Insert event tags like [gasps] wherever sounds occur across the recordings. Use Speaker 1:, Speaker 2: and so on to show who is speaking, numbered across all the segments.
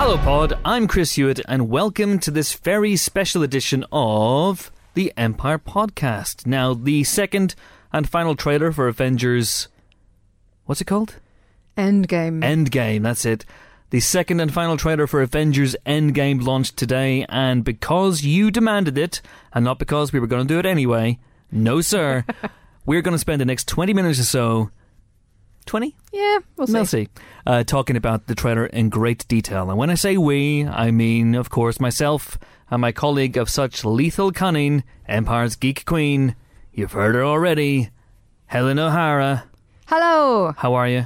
Speaker 1: Hello, Pod. I'm Chris Hewitt, and welcome to this very special edition of the Empire Podcast. Now, the second and final trailer for Avengers. What's it called?
Speaker 2: Endgame.
Speaker 1: Endgame, that's it. The second and final trailer for Avengers Endgame launched today, and because you demanded it, and not because we were going to do it anyway, no, sir, we're going to spend the next 20 minutes or so. 20?
Speaker 2: yeah, we'll see.
Speaker 1: We'll see. Uh, talking about the trailer in great detail. And when I say we, I mean, of course, myself and my colleague of such lethal cunning, Empire's Geek Queen. You've heard her already. Helen O'Hara.
Speaker 2: Hello.
Speaker 1: How are you?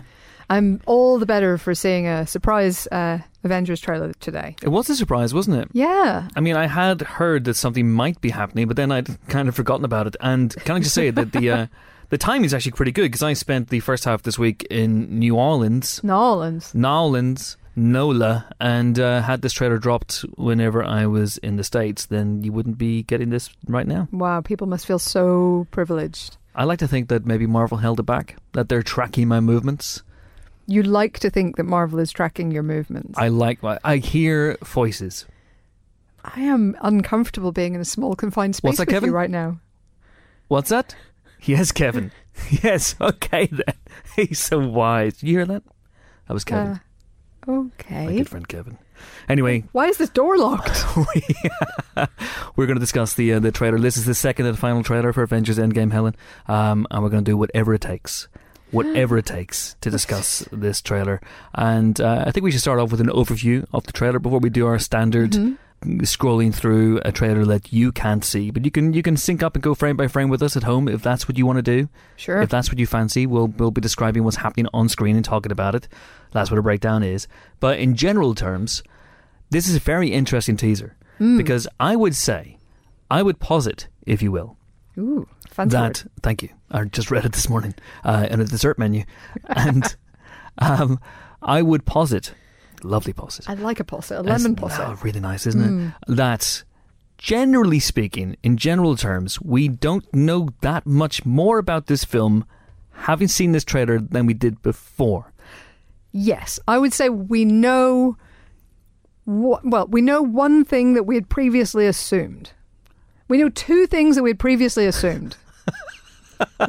Speaker 2: I'm all the better for seeing a surprise uh, Avengers trailer today.
Speaker 1: It was a surprise, wasn't it?
Speaker 2: Yeah.
Speaker 1: I mean, I had heard that something might be happening, but then I'd kind of forgotten about it. And can I just say that the uh, [laughs] the timing is actually pretty good because I spent the first half this week in New Orleans,
Speaker 2: Nolans.
Speaker 1: Nolans, Nola, and uh, had this trailer dropped whenever I was in the States, then you wouldn't be getting this right now.
Speaker 2: Wow, people must feel so privileged.
Speaker 1: I like to think that maybe Marvel held it back, that they're tracking my movements.
Speaker 2: You like to think that Marvel is tracking your movements.
Speaker 1: I like my, I hear voices.
Speaker 2: I am uncomfortable being in a small confined space
Speaker 1: What's that,
Speaker 2: with
Speaker 1: Kevin?
Speaker 2: you right now.
Speaker 1: What's that? Yes, Kevin. [laughs] yes, okay then. [laughs] He's so wise. You hear that? That was Kevin.
Speaker 2: Uh,
Speaker 1: My
Speaker 2: okay.
Speaker 1: good friend Kevin. Anyway,
Speaker 2: Why is this door locked?
Speaker 1: we're going to discuss the uh, the trailer. This is the second and final trailer for Avengers Endgame, Helen, um, and we're going to do whatever it takes, whatever it takes to discuss this trailer. And uh, I think we should start off with an overview of the trailer before we do our standard
Speaker 2: Mhm.
Speaker 1: scrolling through a trailer that you can't see, but you can you can sync up and go frame by frame with us at home if that's what you want to do.
Speaker 2: Sure.
Speaker 1: If that's what you fancy, we'll we'll be describing what's happening on screen and talking about it. That's what a breakdown is. But in general terms, this is a very interesting teaser
Speaker 2: Mm.
Speaker 1: because I would say, I would posit, if you will,
Speaker 2: Ooh, fancy.
Speaker 1: that thank you. I just read it this morning uh, in a dessert menu, and um, I would posit, lovely posit,
Speaker 2: I like a posset, a
Speaker 1: That's-
Speaker 2: lemon posset.
Speaker 1: oh, really nice, isn't
Speaker 2: Hmm.
Speaker 1: it? That, generally speaking, in general terms, we don't know that much more about this film having seen this trailer than we did before.
Speaker 2: Yes, I would say we know. wha- well, we know one thing that we had previously assumed. We know two things that we had previously assumed.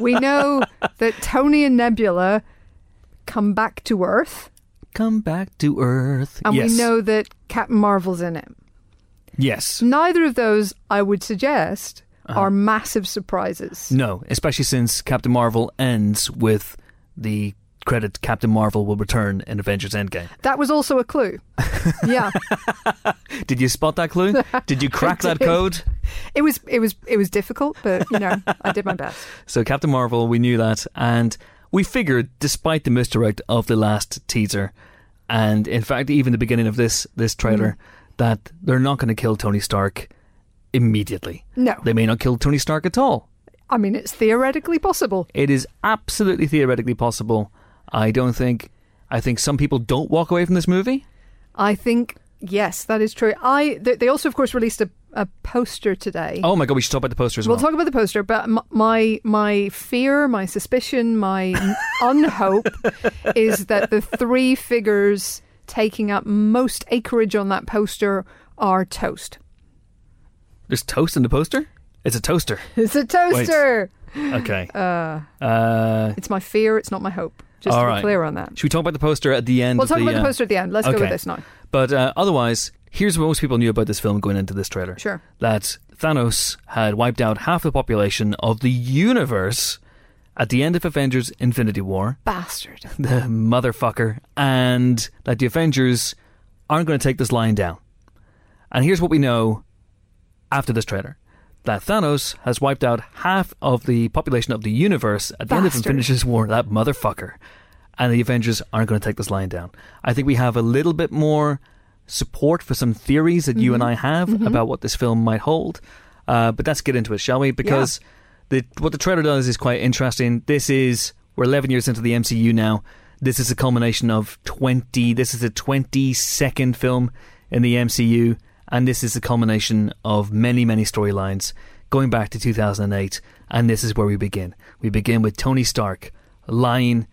Speaker 2: we know that Tony and Nebula come back to Earth,
Speaker 1: Come back to Earth.
Speaker 2: and
Speaker 1: yes.
Speaker 2: we know that Captain Marvel's in it.
Speaker 1: Yes.
Speaker 2: Neither of those, I would suggest, are massive surprises.
Speaker 1: No, especially since Captain Marvel ends with the credit Captain Marvel will return in Avengers Endgame.
Speaker 2: That was also a clue. yeah,
Speaker 1: Did you spot that
Speaker 2: [laughs]
Speaker 1: clue? Did you crack that
Speaker 2: did.
Speaker 1: code?
Speaker 2: it was it was it was difficult, but you know, I did my best.
Speaker 1: So Captain Marvel, we knew that, and we figured, despite the misdirect of the last teaser, and in fact even the beginning of this this trailer,
Speaker 2: Mm-hmm.
Speaker 1: that they're not going to kill Tony Stark immediately.
Speaker 2: No,
Speaker 1: They may not kill Tony Stark at all.
Speaker 2: I mean it's theoretically possible.
Speaker 1: It is absolutely theoretically possible. I don't think. I think some people don't walk away from this movie.
Speaker 2: I think yes, that is true. I they, they also, of course, released a, a poster today.
Speaker 1: Oh my god, we should talk about the poster as
Speaker 2: We'll
Speaker 1: well.
Speaker 2: talk about the poster, but m- my my fear, my suspicion, my [laughs] unhope is that the three figures taking up most acreage on that poster are toast. [laughs]
Speaker 1: There's toast in the poster. It's a toaster.
Speaker 2: It's a toaster. [laughs]
Speaker 1: Okay. uh,
Speaker 2: It's my fear. It's not my hope. Just
Speaker 1: All
Speaker 2: to be
Speaker 1: right.
Speaker 2: clear on that.
Speaker 1: should we talk about the poster at the end?
Speaker 2: We'll
Speaker 1: of
Speaker 2: talk
Speaker 1: the,
Speaker 2: about the
Speaker 1: uh,
Speaker 2: poster at the end. Let's go
Speaker 1: okay.
Speaker 2: with this now.
Speaker 1: But uh, otherwise, here's what most people knew about this film going into this trailer.
Speaker 2: Sure.
Speaker 1: That Thanos had wiped out half the population of the universe at the end of Avengers Infinity
Speaker 2: [laughs]
Speaker 1: War,
Speaker 2: Bastard.
Speaker 1: the motherfucker, and that the Avengers aren't going to take this lying down. And here's what we know after this trailer. That Thanos has wiped out half of the population of the universe at the end of
Speaker 2: Bastard.
Speaker 1: Infinity War, that motherfucker. And the Avengers aren't going to take this lying down. I think we have a little bit more support for some theories that you and I have about what this film might hold. Uh, but let's get into it, shall we? Because the, what the trailer does is quite interesting. This is, we're 11 years into the MCU now. This is a culmination of 20, this is a 22nd film in the MCU. And this is the culmination of many, many storylines going back to 2008. And this is where we begin. We begin with Tony Stark lying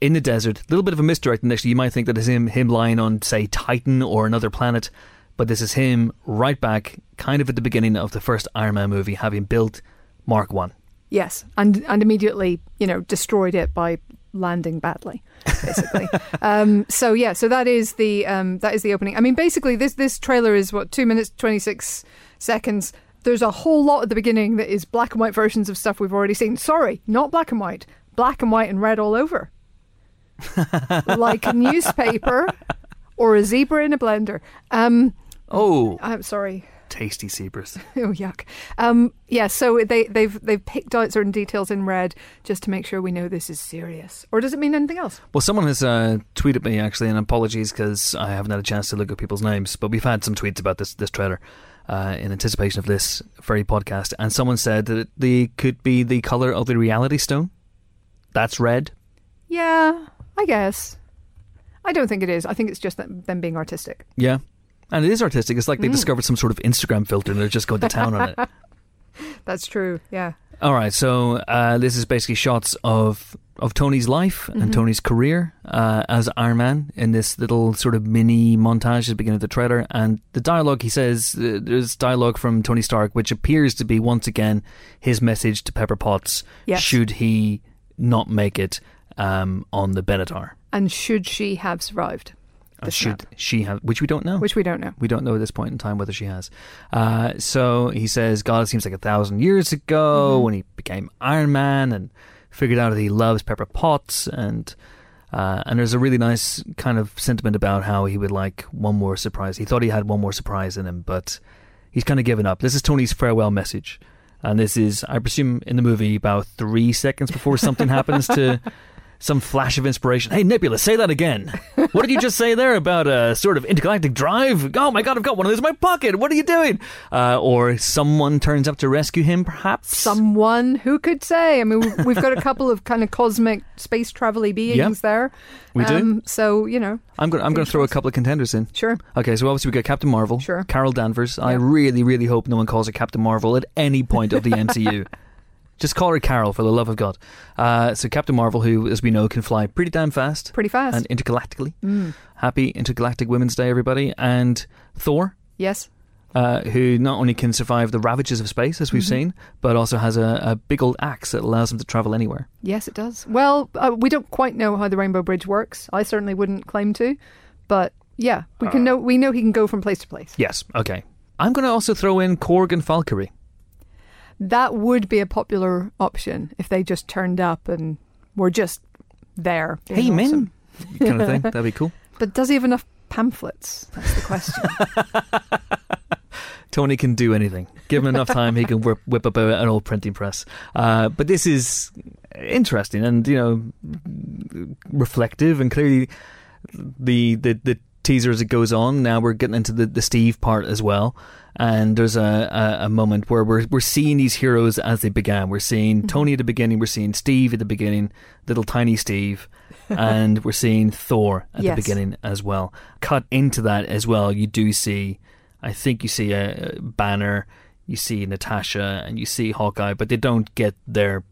Speaker 1: in the desert. A little bit of a misdirect initially. You might think that it's him, him lying on, say, Titan or another planet, but this is him right back, kind of at the beginning of the first Iron Man movie, having built Mark One.
Speaker 2: Yes, and and immediately you know destroyed it by landing badly, basically. um, so yeah, so that is the um, that is the opening. I mean, basically this this trailer is what two minutes twenty six seconds. There's a whole lot at the beginning that is black and white versions of stuff we've already seen. Sorry, not black and white, black and white and red all over, like a newspaper or a zebra in a blender. Um,
Speaker 1: Oh,
Speaker 2: I'm sorry.
Speaker 1: tasty zebras.
Speaker 2: [laughs] Oh yuck! Um, yeah, so they, they've they've picked out certain details in red just to make sure we know this is serious, or does it mean anything else?
Speaker 1: Well, someone has uh, tweeted me actually, and apologies because I haven't had a chance to look at people's names, but we've had some tweets about this this trailer uh, in anticipation of this very podcast, and someone said that it the, could be the color of the Reality Stone. That's red.
Speaker 2: Yeah, I guess. I don't think it is. I think it's just them, them being artistic.
Speaker 1: Yeah. And it is artistic. It's
Speaker 2: Mm-hmm.
Speaker 1: like they discovered some sort of Instagram filter and they're just going to town on
Speaker 2: [laughs]
Speaker 1: it.
Speaker 2: That's true. Yeah.
Speaker 1: All right, so uh, this is basically shots of of Tony's life
Speaker 2: Mm-hmm.
Speaker 1: and Tony's career uh, as Iron Man in this little sort of mini montage at the beginning of the trailer, and the dialogue he says uh, there's dialogue from Tony Stark, which appears to be once again his message to Pepper Potts:
Speaker 2: Yes.
Speaker 1: should he not make it um, on the Benatar,
Speaker 2: And should she have survived? The
Speaker 1: Or should
Speaker 2: snap,
Speaker 1: she have? Which we don't know.
Speaker 2: Which we don't know.
Speaker 1: We don't know at this point in time whether she has. Uh, so he says, God, it seems like a thousand years ago when he became Iron Man and figured out that he loves Pepper Potts. And, uh, and there's a really nice kind of sentiment about how he would like one more surprise. He thought he had one more surprise in him, but he's kind of given up. This is Tony's farewell message. And this is, I presume, in the movie about three seconds before something happens to some flash of inspiration. Hey, Nebula, say that again. What did you just say there about a sort of intergalactic drive? Oh my God, I've got one of those in my pocket. What are you doing? Uh, or someone turns up to rescue him, perhaps.
Speaker 2: Someone who could say. I mean, we've, we've got a couple of kind of cosmic space travel-y beings there. Um,
Speaker 1: We do.
Speaker 2: So you know,
Speaker 1: I'm going. I'm going to throw a couple of contenders in.
Speaker 2: sure.
Speaker 1: Okay, so obviously we got Captain Marvel,
Speaker 2: Sure.
Speaker 1: Carol Danvers. I
Speaker 2: Yeah.
Speaker 1: really, really hope no one calls her Captain Marvel at any point
Speaker 2: [laughs]
Speaker 1: of the MCU. Just call her Carol for the love of God. Uh, so Captain Marvel, who, as we know, can fly pretty damn fast
Speaker 2: Pretty fast.
Speaker 1: and intergalactically.
Speaker 2: Mm.
Speaker 1: Happy Intergalactic Women's Day, everybody, and Thor.
Speaker 2: Yes.
Speaker 1: uh, who not only can survive the ravages of space, as we've
Speaker 2: Mm-hmm.
Speaker 1: seen, but also has a, a big old axe that allows him to travel anywhere.
Speaker 2: Yes, it does. Well, uh, we don't quite know how the Rainbow Bridge works. I certainly wouldn't claim to, but yeah, we
Speaker 1: Uh.
Speaker 2: can know. We know he can go from place to place.
Speaker 1: Yes. Okay. I'm going to also throw in Korg and Valkyrie.
Speaker 2: That would be a popular option if they just turned up and were just there. being
Speaker 1: hey,
Speaker 2: awesome.
Speaker 1: men, kind
Speaker 2: [laughs]
Speaker 1: of thing. That'd be cool.
Speaker 2: But does he have enough pamphlets? That's the
Speaker 1: [laughs]
Speaker 2: question.
Speaker 1: Tony can do anything. Give him enough time, he can whip, whip up a, an old printing press. Uh, but this is interesting and you know reflective, and clearly the the, the teaser as it goes on. Now we're getting into the, the Steve part as well, and there's a, a, a moment where we're we're seeing these heroes as they began. We're seeing Tony at the beginning, we're seeing Steve at the beginning, little tiny Steve. and we're seeing Thor at
Speaker 2: Yes.
Speaker 1: the beginning as well. Cut into that as well, you do see I think you see a a banner, you see Natasha, and you see Hawkeye, but they don't get their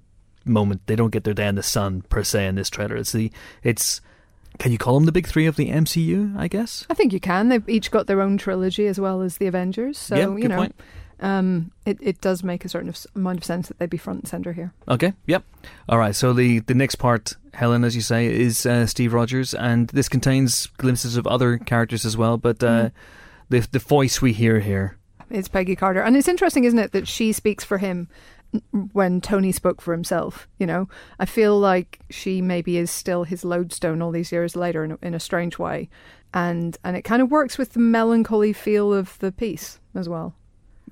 Speaker 1: moment. They don't get their day in the sun per se in this trailer. It's the it's can you call them the big three of the MCU? I guess.
Speaker 2: I think you can. They've each got their own trilogy as well as the Avengers. So
Speaker 1: yeah, good
Speaker 2: you know,
Speaker 1: point.
Speaker 2: Um, it it does make a certain s- amount of sense that they'd be front and center here.
Speaker 1: Okay, yep. All right. So the the next part, Helen, as you say, is uh, Steve Rogers, and this contains glimpses of other characters as well. But uh,
Speaker 2: Mhm.
Speaker 1: the the voice we hear here,
Speaker 2: It's Peggy Carter. And it's interesting, isn't it, that she speaks for him n- when Tony spoke for himself, you know? I feel like she maybe is still his lodestone all these years later in a, in a strange way. And and it kind of works with the melancholy feel of the piece as well.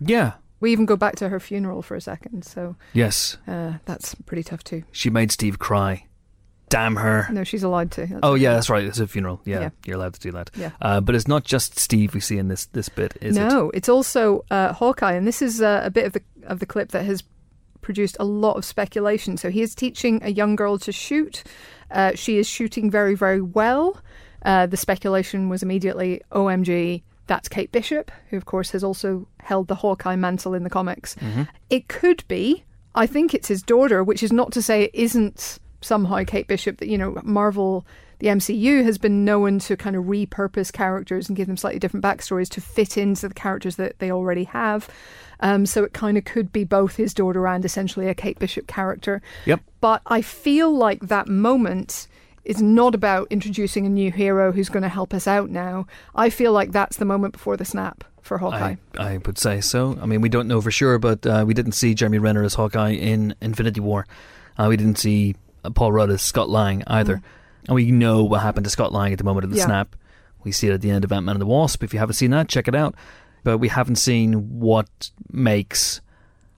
Speaker 1: yeah,
Speaker 2: We even go back to her funeral for a second, so
Speaker 1: yes,
Speaker 2: uh, that's pretty tough too.
Speaker 1: she made Steve cry. Damn her.
Speaker 2: No, she's allowed to. That's-
Speaker 1: Oh yeah, that's right. It's a funeral. Yeah,
Speaker 2: Yeah.
Speaker 1: you're allowed to do that.
Speaker 2: Yeah.
Speaker 1: Uh, but it's not just Steve we see in this this bit, is it?
Speaker 2: no, it's also uh, Hawkeye, and this is uh, a bit of the of the clip that has produced a lot of speculation. So he is teaching a young girl to shoot. Uh, she is shooting very, very well. Uh, the speculation was immediately, "OMG, that's Kate Bishop," who of course has also held the Hawkeye mantle
Speaker 1: Mm-hmm.
Speaker 2: in the comics. It could be. I think it's his daughter, which is not to say it isn't somehow Kate Bishop that you know Marvel, the MCU has been known to kind of repurpose characters and give them slightly different backstories to fit into the characters that they already have. Um, so it kind of could be both his daughter and essentially a Kate Bishop character.
Speaker 1: Yep.
Speaker 2: But I feel like that moment is not about introducing a new hero who's going to help us out now. I feel like that's the moment before the snap for Hawkeye.
Speaker 1: I, I would say so. I mean, we don't know for sure, but uh, we didn't see Jeremy Renner as Hawkeye in Infinity War. Uh, we didn't see uh, Paul Rudd as Scott Lang either. And we know what happened to Scott Lang at the moment of the
Speaker 2: Mm. Yeah.
Speaker 1: snap. We see it at the end of Ant Man and the Wasp. If you haven't seen that, check it out. But we haven't seen what makes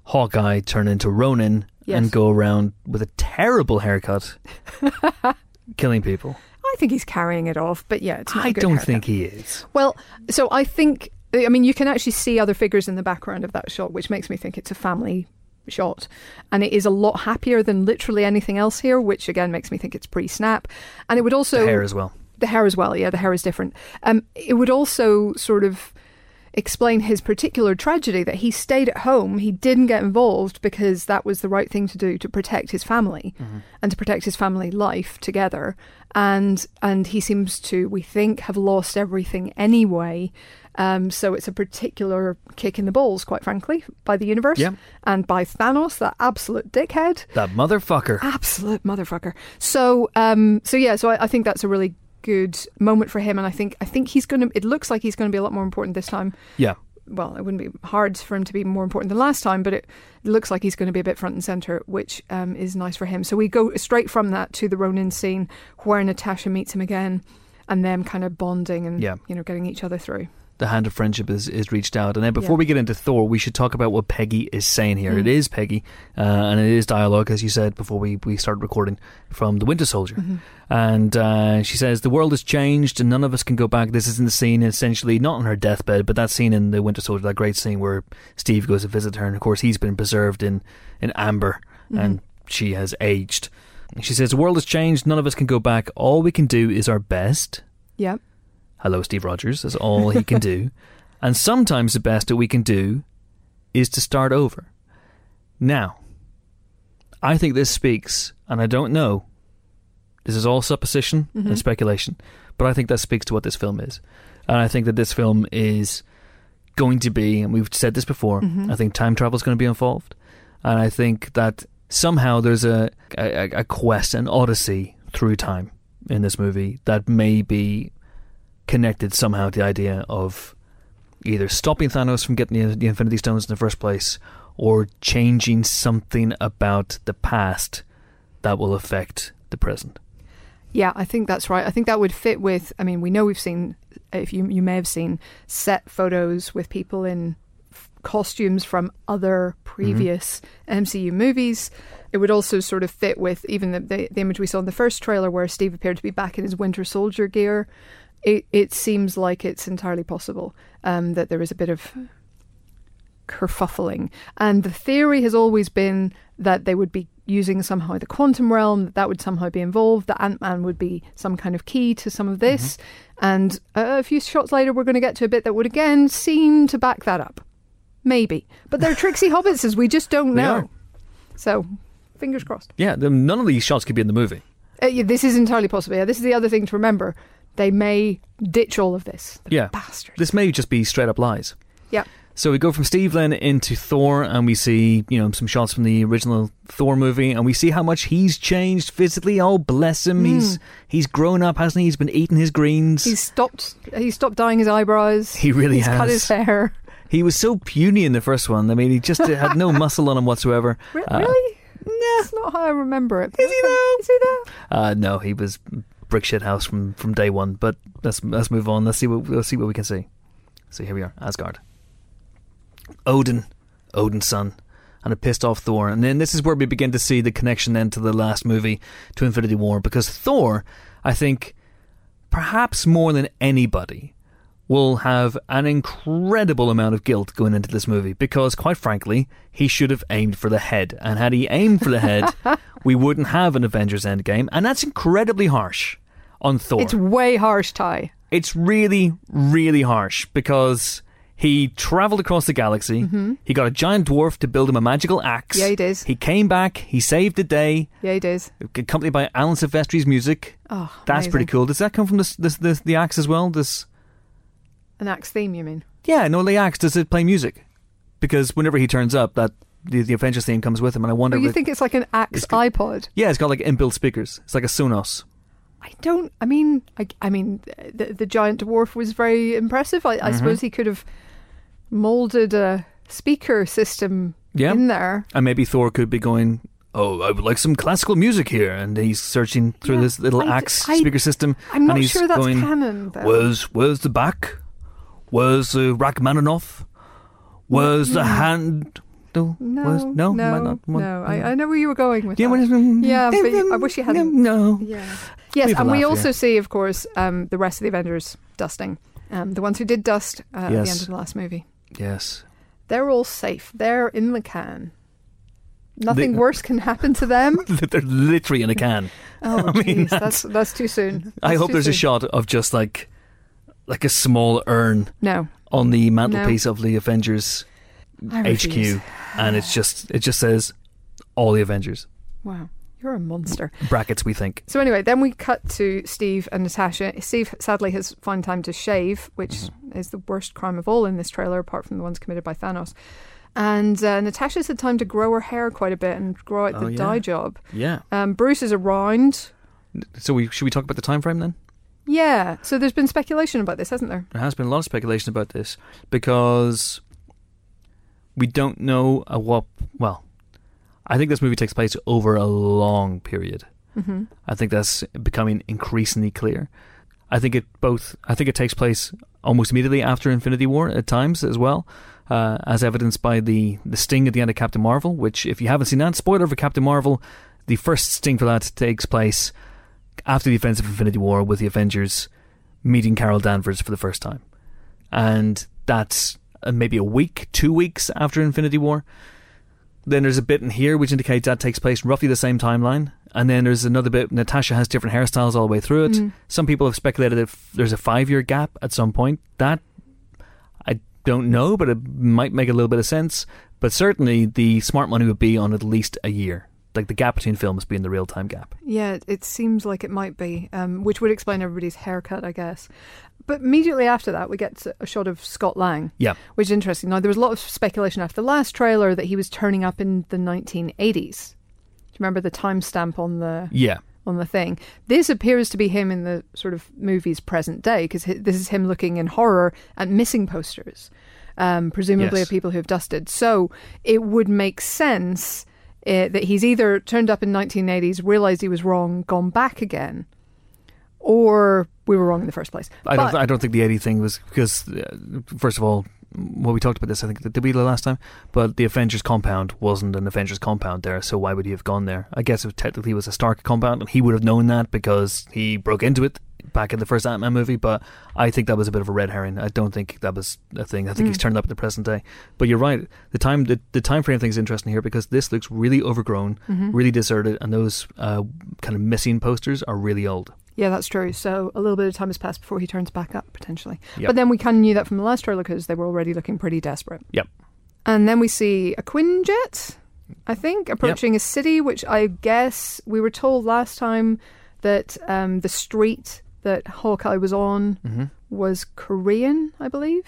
Speaker 1: Hawkeye turn into Ronin
Speaker 2: Yes.
Speaker 1: and go around with a terrible
Speaker 2: [laughs]
Speaker 1: haircut, killing people.
Speaker 2: I think he's carrying it off, but yeah, it's not a
Speaker 1: I
Speaker 2: good
Speaker 1: don't
Speaker 2: haircut.
Speaker 1: think he is.
Speaker 2: Well, so I think I mean you can actually see other figures in the background of that shot, which makes me think it's a family shot, and it is a lot happier than literally anything else here, which again makes me think it's pre-snap, and it would also
Speaker 1: the hair as well.
Speaker 2: the hair as well. Yeah, the hair is different. Um, it would also sort of explain his particular tragedy that he stayed at home. He didn't get involved because that was the right thing to do to protect his family and to protect his family life together. And and he seems to, we think, have lost everything anyway. Um, so it's a particular kick in the balls, quite frankly, by the universe
Speaker 1: Yeah.
Speaker 2: and by Thanos, that absolute dickhead
Speaker 1: That motherfucker.
Speaker 2: absolute motherfucker. So, um, so yeah, so I, I think that's a really good moment for him, and I think I think he's going to. It looks like he's going to be a lot more important this time.
Speaker 1: Yeah.
Speaker 2: Well, it wouldn't be hard for him to be more important than last time, but it looks like he's going to be a bit front and center, which um, is nice for him. So we go straight from that to the Ronin scene where Natasha meets him again, and them kind of bonding and
Speaker 1: Yeah.
Speaker 2: you know getting each other through.
Speaker 1: the hand of friendship is, is reached out. And then before
Speaker 2: Yeah.
Speaker 1: we get into Thor, we should talk about what Peggy is saying here. It is Peggy, uh, and it is dialogue, as you said before we, we started recording, from The Winter Soldier. And uh, she says, The world has changed and none of us can go back. This is in the scene, essentially, not on her deathbed, but that scene in The Winter Soldier, that great scene where Steve goes to visit her. And of course, he's been preserved in, in amber, and she has aged. She says, The world has changed. None of us can go back. All we can do is our best.
Speaker 2: Yeah,
Speaker 1: Hello, Steve Rogers. That's all he can do. and sometimes the best that we can do is to start over. Now, I think this speaks, and I don't know, this is all supposition and speculation, but I think that speaks to what this film is. And I think that this film is going to be, and we've said this before, I think time travel is going to be involved. And I think that somehow there's a, a, a quest, an odyssey through time in this movie that may be connected somehow to the idea of either stopping Thanos from getting the, the Infinity Stones in the first place or changing something about the past that will affect the present.
Speaker 2: Yeah, I think that's right. I think that would fit with. I mean, we know we've seen, if you you may have seen, set photos with people in f- costumes from other previous MCU movies. It would also sort of fit with even the, the the image we saw in the first trailer where Steve appeared to be back in his Winter Soldier gear. It it seems like it's entirely possible um, that there is a bit of kerfuffling. And the theory has always been that they would be using somehow the quantum realm, that, that would somehow be involved, that Ant Man would be some kind of key to some of this.
Speaker 1: Mm-hmm.
Speaker 2: And uh, a few shots later, we're going to get to a bit that would again seem to back that up. Maybe. But they're tricksy [laughs] hobbits, as we just don't
Speaker 1: They
Speaker 2: know.
Speaker 1: are.
Speaker 2: So, fingers crossed.
Speaker 1: Yeah, the, none of these shots could be in the movie.
Speaker 2: Uh, yeah, this is entirely possible. Yeah, this is the other thing to remember. They may ditch all of this. The
Speaker 1: Yeah.
Speaker 2: bastards.
Speaker 1: This may just be straight up lies.
Speaker 2: Yeah.
Speaker 1: So we go from Steve Len into Thor, and we see you know some shots from the original Thor movie, and we see how much he's changed physically. Oh, bless him! He's he's grown up, hasn't he? He's been eating his greens.
Speaker 2: Hmm. He's stopped. He stopped dyeing his eyebrows.
Speaker 1: He really
Speaker 2: He's cut
Speaker 1: has.
Speaker 2: his hair.
Speaker 1: He was so puny in the first one. I mean, he
Speaker 2: [laughs]
Speaker 1: just had no muscle on him whatsoever.
Speaker 2: Re-
Speaker 1: Uh,
Speaker 2: really? That's not how I remember it.
Speaker 1: Is he though?
Speaker 2: Is he though?
Speaker 1: Uh, no, he was brick shit house from, from day one. But let's let's move on. Let's see what let's see what we can see. So here we are, Asgard. Odin, Odin's son, and a pissed off Thor. And then this is where we begin to see the connection then to the last movie, to Infinity War, because Thor, I think, perhaps more than anybody, will have an incredible amount of guilt going into this movie because, quite frankly, he should have aimed for the head. And had he aimed for the head, we wouldn't have an Avengers Endgame. And that's incredibly harsh on Thor
Speaker 2: It's way harsh, Ty.
Speaker 1: it's really, really harsh because He traveled across the galaxy. He got a giant dwarf to build him a magical axe.
Speaker 2: Mm-hmm. Yeah, he did.
Speaker 1: He came back. He saved the day,
Speaker 2: Yeah, he does.
Speaker 1: accompanied by Alan Silvestri's music.
Speaker 2: Oh,
Speaker 1: That's
Speaker 2: amazing.
Speaker 1: pretty cool. Does that come from this, this, this the axe as well? This
Speaker 2: An axe theme, you mean?
Speaker 1: yeah, no, the axe does it play music? Because whenever he turns up, that the, the Avengers theme comes with him, and I wonder.
Speaker 2: But you
Speaker 1: if-
Speaker 2: think it's like an axe
Speaker 1: It's good.
Speaker 2: iPod?
Speaker 1: yeah, it's got like inbuilt speakers. It's like a Sonos.
Speaker 2: I don't. I mean, I, I mean, the, the giant dwarf was very impressive. I,
Speaker 1: Mm-hmm.
Speaker 2: I suppose he could have molded a speaker system
Speaker 1: Yeah.
Speaker 2: in there.
Speaker 1: And maybe Thor could be going, Oh, I would like some classical music here. And he's searching through
Speaker 2: Yeah,
Speaker 1: this little
Speaker 2: I-
Speaker 1: axe
Speaker 2: I-
Speaker 1: speaker system.
Speaker 2: I'm not
Speaker 1: and he's
Speaker 2: sure that's
Speaker 1: going,
Speaker 2: canon. Though.
Speaker 1: Where's, where's the back? Where's the Rachmaninoff? Where's the hand? No,
Speaker 2: Mm-hmm. no,
Speaker 1: where's, no,
Speaker 2: no,
Speaker 1: might not want-
Speaker 2: no. I, I know where you were going with
Speaker 1: yeah,
Speaker 2: that.
Speaker 1: what is-
Speaker 2: Yeah, but you- I wish you hadn't.
Speaker 1: No.
Speaker 2: Yeah. Yes,
Speaker 1: Leave a
Speaker 2: and we
Speaker 1: laugh,
Speaker 2: also
Speaker 1: yeah.
Speaker 2: see, of course, um, the rest of the Avengers dusting. Um, the ones who did dust uh, at the
Speaker 1: Yes.
Speaker 2: end of the last movie.
Speaker 1: Yes. [laughs]
Speaker 2: They're all safe. They're in the can. Nothing
Speaker 1: They-
Speaker 2: worse can happen to them.
Speaker 1: They're literally in a can.
Speaker 2: Oh,
Speaker 1: [laughs] I mean,
Speaker 2: jeez, that's,
Speaker 1: that's-
Speaker 2: that's too soon.
Speaker 1: I
Speaker 2: That's
Speaker 1: hope
Speaker 2: too
Speaker 1: there's a
Speaker 2: soon.
Speaker 1: shot of just like like a small urn
Speaker 2: No,
Speaker 1: on the mantelpiece of the Avengers
Speaker 2: I refuse.
Speaker 1: HQ, and it's just it just says all the Avengers
Speaker 2: Wow, you're a monster.
Speaker 1: brackets. We think
Speaker 2: So anyway, then we cut to Steve and Natasha. Steve sadly has found time to shave, which
Speaker 1: Mm-hmm.
Speaker 2: is the worst crime of all in this trailer, apart from the ones committed by Thanos. And uh, Natasha's had time to grow her hair quite a bit and grow out the
Speaker 1: Oh, yeah.
Speaker 2: dye job.
Speaker 1: yeah.
Speaker 2: Um, Bruce is around.
Speaker 1: So we should we talk about the time frame then?
Speaker 2: Yeah. So there's been speculation about this, hasn't there?
Speaker 1: There has been a lot of speculation about this because we don't know at what. Well, I think this movie takes place over a long period.
Speaker 2: Mm-hmm.
Speaker 1: I think that's becoming increasingly clear. I think it both. I think it takes place almost immediately after Infinity War at times as well, uh, as evidenced by the the sting at the end of Captain Marvel. Which, if you haven't seen that, spoiler for Captain Marvel, the first sting for that takes place after the events of Infinity War, with the Avengers meeting Carol Danvers for the first time, and that's uh, maybe a week, two weeks after Infinity War. Then there's a bit in here which indicates that takes place roughly the same timeline. And then there's another bit. Natasha has different hairstyles all the way through it.
Speaker 2: Mm.
Speaker 1: Some people have speculated if there's a five year gap at some point. That I don't know, but it might make a little bit of sense. But certainly the smart money would be on at least a year. Like the gap between films being the real time gap.
Speaker 2: Yeah, it- it seems like it might be, um, which would explain everybody's haircut, I guess. But immediately after that, we get a shot of Scott Lang.
Speaker 1: Yeah.
Speaker 2: Which is interesting. Now, there was a lot of speculation after the last trailer that he was turning up in the 1980s. Do you remember the timestamp on the
Speaker 1: Yeah.
Speaker 2: on the thing? This appears to be him in the sort of movie's present day because this is him looking in horror at missing posters, um, presumably
Speaker 1: Yes.
Speaker 2: of people who have dusted. So it would make sense uh, that he's either turned up in 1980s, realized he was wrong, gone back again, or we were wrong in the first place.
Speaker 1: I don't.
Speaker 2: But-
Speaker 1: I don't think the Eddie thing was because, uh, first of all, well, we talked about this. I think did we the last time? But the Avengers compound wasn't an Avengers compound there, so why would he have gone there? I guess it technically was a Stark compound, and he would have known that because he broke into it back in the first Ant Man movie. But I think that was a bit of a red herring. I don't think that was a thing. I think he's
Speaker 2: Mm.
Speaker 1: turned up at the present day. But you're right. The time the, the time frame thing is interesting here because this looks really overgrown,
Speaker 2: Mhm.
Speaker 1: really deserted, and those uh, kind of missing posters are really old.
Speaker 2: Yeah, that's true. So a little bit of time has passed before he turns back up potentially.
Speaker 1: Yep.
Speaker 2: But then we kind of knew that from the last trailer because they were already looking pretty desperate.
Speaker 1: Yep.
Speaker 2: And then we see a Quinjet, I think, approaching a city, which I guess we were told last time that um, the street that Hawkeye was on
Speaker 1: Mm-hmm.
Speaker 2: was Korean, I believe.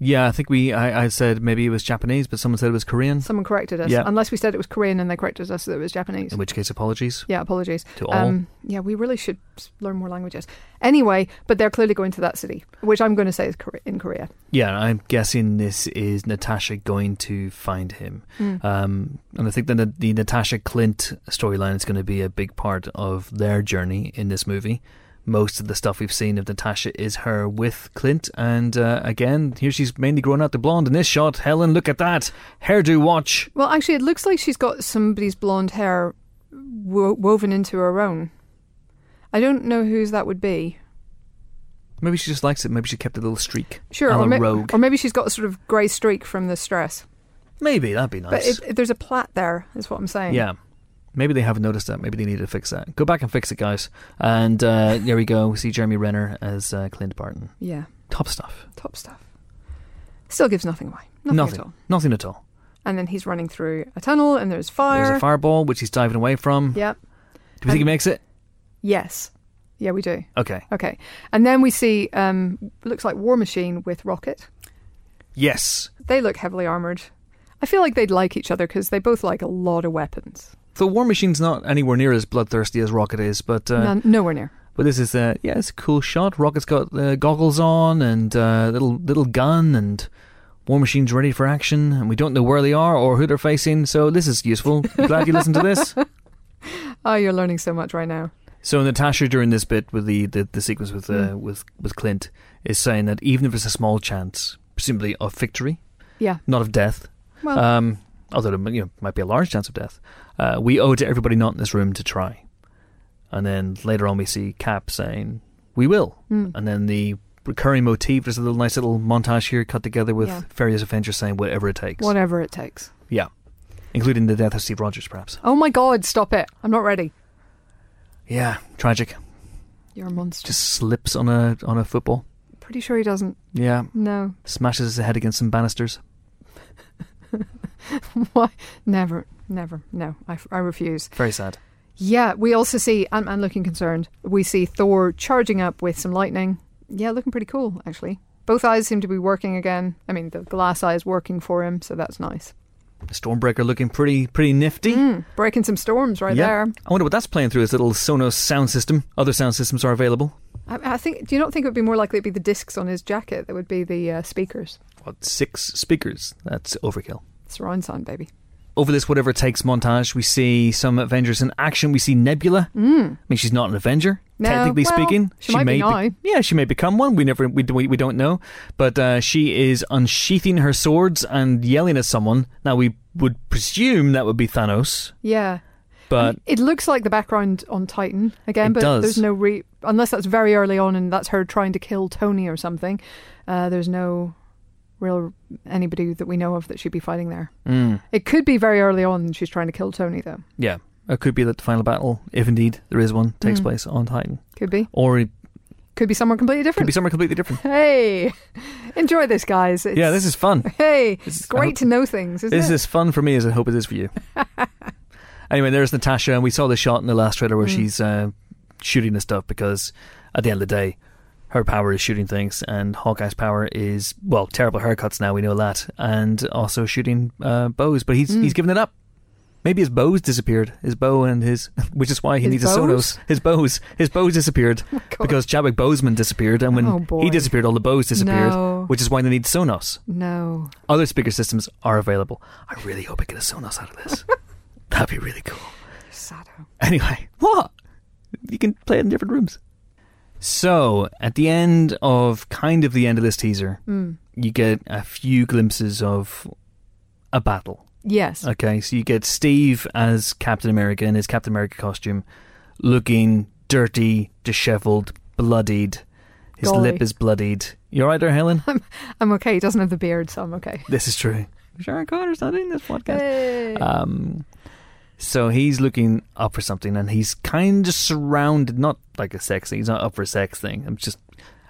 Speaker 1: Yeah, I think we. I, I said maybe it was Japanese, but someone said it was Korean.
Speaker 2: Someone corrected us,
Speaker 1: Yeah.
Speaker 2: unless we said it was Korean and they corrected us that it was Japanese.
Speaker 1: In which case, apologies
Speaker 2: Yeah, apologies.
Speaker 1: to all.
Speaker 2: Um, yeah, we really should s- learn more languages. Anyway, but they're clearly going to that city, which I'm going to say is Kore- in Korea.
Speaker 1: yeah, I'm guessing this is Natasha going to find him,
Speaker 2: Hmm.
Speaker 1: um, and I think that the, the Natasha Clint storyline is going to be a big part of their journey in this movie. Most of the stuff we've seen of Natasha is her with Clint, and uh, again, here she's mainly growing out the blonde. In this shot, Helen, look at that hairdo watch.
Speaker 2: Well, actually, it looks like she's got somebody's blonde hair wo- woven into her own. I don't know whose that would be.
Speaker 1: Maybe she just likes it. Maybe she kept a little streak.
Speaker 2: Sure,
Speaker 1: a
Speaker 2: or,
Speaker 1: la
Speaker 2: ma-
Speaker 1: rogue.
Speaker 2: or maybe she's got a sort of grey streak from the stress.
Speaker 1: Maybe that'd be nice.
Speaker 2: But it, it- there's a plait there, is what I'm saying.
Speaker 1: Yeah. Maybe they haven't noticed that. Maybe they need to fix that. Go back and fix it, guys.
Speaker 2: [laughs]
Speaker 1: And uh, there we go. We see Jeremy Renner as uh, Clint Barton.
Speaker 2: yeah,
Speaker 1: Top stuff.
Speaker 2: top stuff. Still gives nothing away. Nothing,
Speaker 1: nothing.
Speaker 2: at all.
Speaker 1: Nothing at all.
Speaker 2: And then he's running through a tunnel and there's fire.
Speaker 1: There's a fireball which he's diving away from.
Speaker 2: Yep.
Speaker 1: Do we think he makes it?
Speaker 2: Yes. Yeah, we do.
Speaker 1: Okay.
Speaker 2: Okay. And then we see um looks like War Machine with Rocket.
Speaker 1: Yes.
Speaker 2: They look heavily armored. I feel like they'd like each other because they both like a lot of weapons.
Speaker 1: The War Machine's not anywhere near as bloodthirsty as Rocket is, but uh,
Speaker 2: None, nowhere near.
Speaker 1: but this is uh, yeah, it's a cool shot. Rocket's got uh, goggles on and uh, little little gun, and War Machine's ready for action, and we don't know where they are or who they're facing. So this is useful. Glad you listened to this.
Speaker 2: Oh, you're learning so much right now.
Speaker 1: So Natasha during this bit with the the, the sequence with uh,
Speaker 2: Hmm.
Speaker 1: with with Clint is saying that even if it's a small chance, presumably of victory,
Speaker 2: Yeah. Oh.
Speaker 1: not of death,
Speaker 2: Well,
Speaker 1: um, although there you know, might be a large chance of death, uh, we owe to everybody not in this room to try. And then later on, we see Cap saying, "We will."
Speaker 2: mm.
Speaker 1: And then the recurring motif there's a little nice little montage here cut together with
Speaker 2: Yeah.
Speaker 1: various Avengers saying whatever it takes,
Speaker 2: whatever it takes.
Speaker 1: including the death of Steve Rogers, perhaps.
Speaker 2: Oh my God! Stop it! I'm not ready.
Speaker 1: Yeah, tragic.
Speaker 2: You're a monster.
Speaker 1: Just slips on a on a football.
Speaker 2: Pretty sure he doesn't.
Speaker 1: Yeah,
Speaker 2: No. [laughs]
Speaker 1: smashes his head against some banisters.
Speaker 2: Why? Never. Never. No. I, I refuse.
Speaker 1: Very sad.
Speaker 2: Yeah. We also see Ant Man looking concerned. We see Thor charging up with some lightning. Yeah, looking pretty cool actually. Both eyes seem to be working again. I mean, the glass eye is working for him, so that's nice.
Speaker 1: Stormbreaker looking pretty pretty nifty.
Speaker 2: Mm, breaking some storms right
Speaker 1: Yeah.
Speaker 2: there.
Speaker 1: I wonder what that's playing through his little Sonos sound system. Other sound systems are available.
Speaker 2: I, I think. Do you not think it would be more likely it'd be the discs on his jacket that would be the uh, speakers?
Speaker 1: What six speakers? That's overkill.
Speaker 2: Surround sound, baby.
Speaker 1: Over this whatever it takes montage, we see some Avengers in action. We see Nebula.
Speaker 2: Mm.
Speaker 1: I mean, she's not an Avenger,
Speaker 2: No,
Speaker 1: technically
Speaker 2: well,
Speaker 1: speaking.
Speaker 2: she might be
Speaker 1: may
Speaker 2: now.
Speaker 1: yeah, she may become one. We never, we, we, we don't know. But uh, she is unsheathing her swords and yelling at someone. Now we would presume that would be Thanos,
Speaker 2: Yeah.
Speaker 1: but
Speaker 2: it looks like the background on Titan again,
Speaker 1: Uh, It
Speaker 2: but
Speaker 1: does.
Speaker 2: there's no re unless that's very early on and that's her trying to kill Tony or something. Uh, there's no real anybody that we know of that she'd be fighting there.
Speaker 1: mm,
Speaker 2: It could be very early on and she's trying to kill Tony though.
Speaker 1: yeah, it could be that the final battle, if indeed there is one, takes
Speaker 2: Mm.
Speaker 1: place on Titan,
Speaker 2: Could be.
Speaker 1: or it
Speaker 2: Could be somewhere completely
Speaker 1: could
Speaker 2: different.
Speaker 1: be somewhere completely different.
Speaker 2: [laughs] hey, enjoy this, guys. It's,
Speaker 1: yeah, this is
Speaker 2: [laughs]
Speaker 1: fun.
Speaker 2: hey,
Speaker 1: This is-
Speaker 2: it's great to know things, isn't
Speaker 1: This
Speaker 2: it? [laughs]
Speaker 1: is fun for me as I hope it is for you. anyway, there's Natasha, and we saw the shot in the last trailer where
Speaker 2: Mm.
Speaker 1: she's uh, shooting the stuff because at the end of the day, her power is shooting things, and Hawkeye's power is well terrible haircuts. Now we know that, and also shooting uh, bows, but he's
Speaker 2: Mm.
Speaker 1: he's given it up. Maybe his bows disappeared. His bow and his, [laughs] which is why he
Speaker 2: His
Speaker 1: needs a
Speaker 2: bows?
Speaker 1: Sonos. His bows, his bows disappeared
Speaker 2: Oh my God.
Speaker 1: because Chadwick Boseman disappeared, and when
Speaker 2: Oh, boy.
Speaker 1: he disappeared, all the bows disappeared,
Speaker 2: No.
Speaker 1: which is why they need Sonos
Speaker 2: no.
Speaker 1: other speaker systems are available. I really hope I get a Sonos out of
Speaker 2: [laughs]
Speaker 1: this. That'd be really cool.
Speaker 2: Sado.
Speaker 1: Anyway, [laughs] what? You can play it in different rooms. So, at the end of kind of the end of this teaser,
Speaker 2: Mm.
Speaker 1: you get a few glimpses of a battle.
Speaker 2: Yes.
Speaker 1: Okay, so you get Steve as Captain America in his Captain America costume, looking dirty, disheveled, bloodied. His
Speaker 2: Golly.
Speaker 1: lip is bloodied. You alright there, Helen?
Speaker 2: [laughs] I'm okay. He doesn't have the beard, so I'm okay.
Speaker 1: this is true. Sharon Carter's not in this podcast.
Speaker 2: Hey.
Speaker 1: Um, so he's looking up for something, and he's kind of surrounded. Not like a sex thing. He's not up for a sex thing. I'm just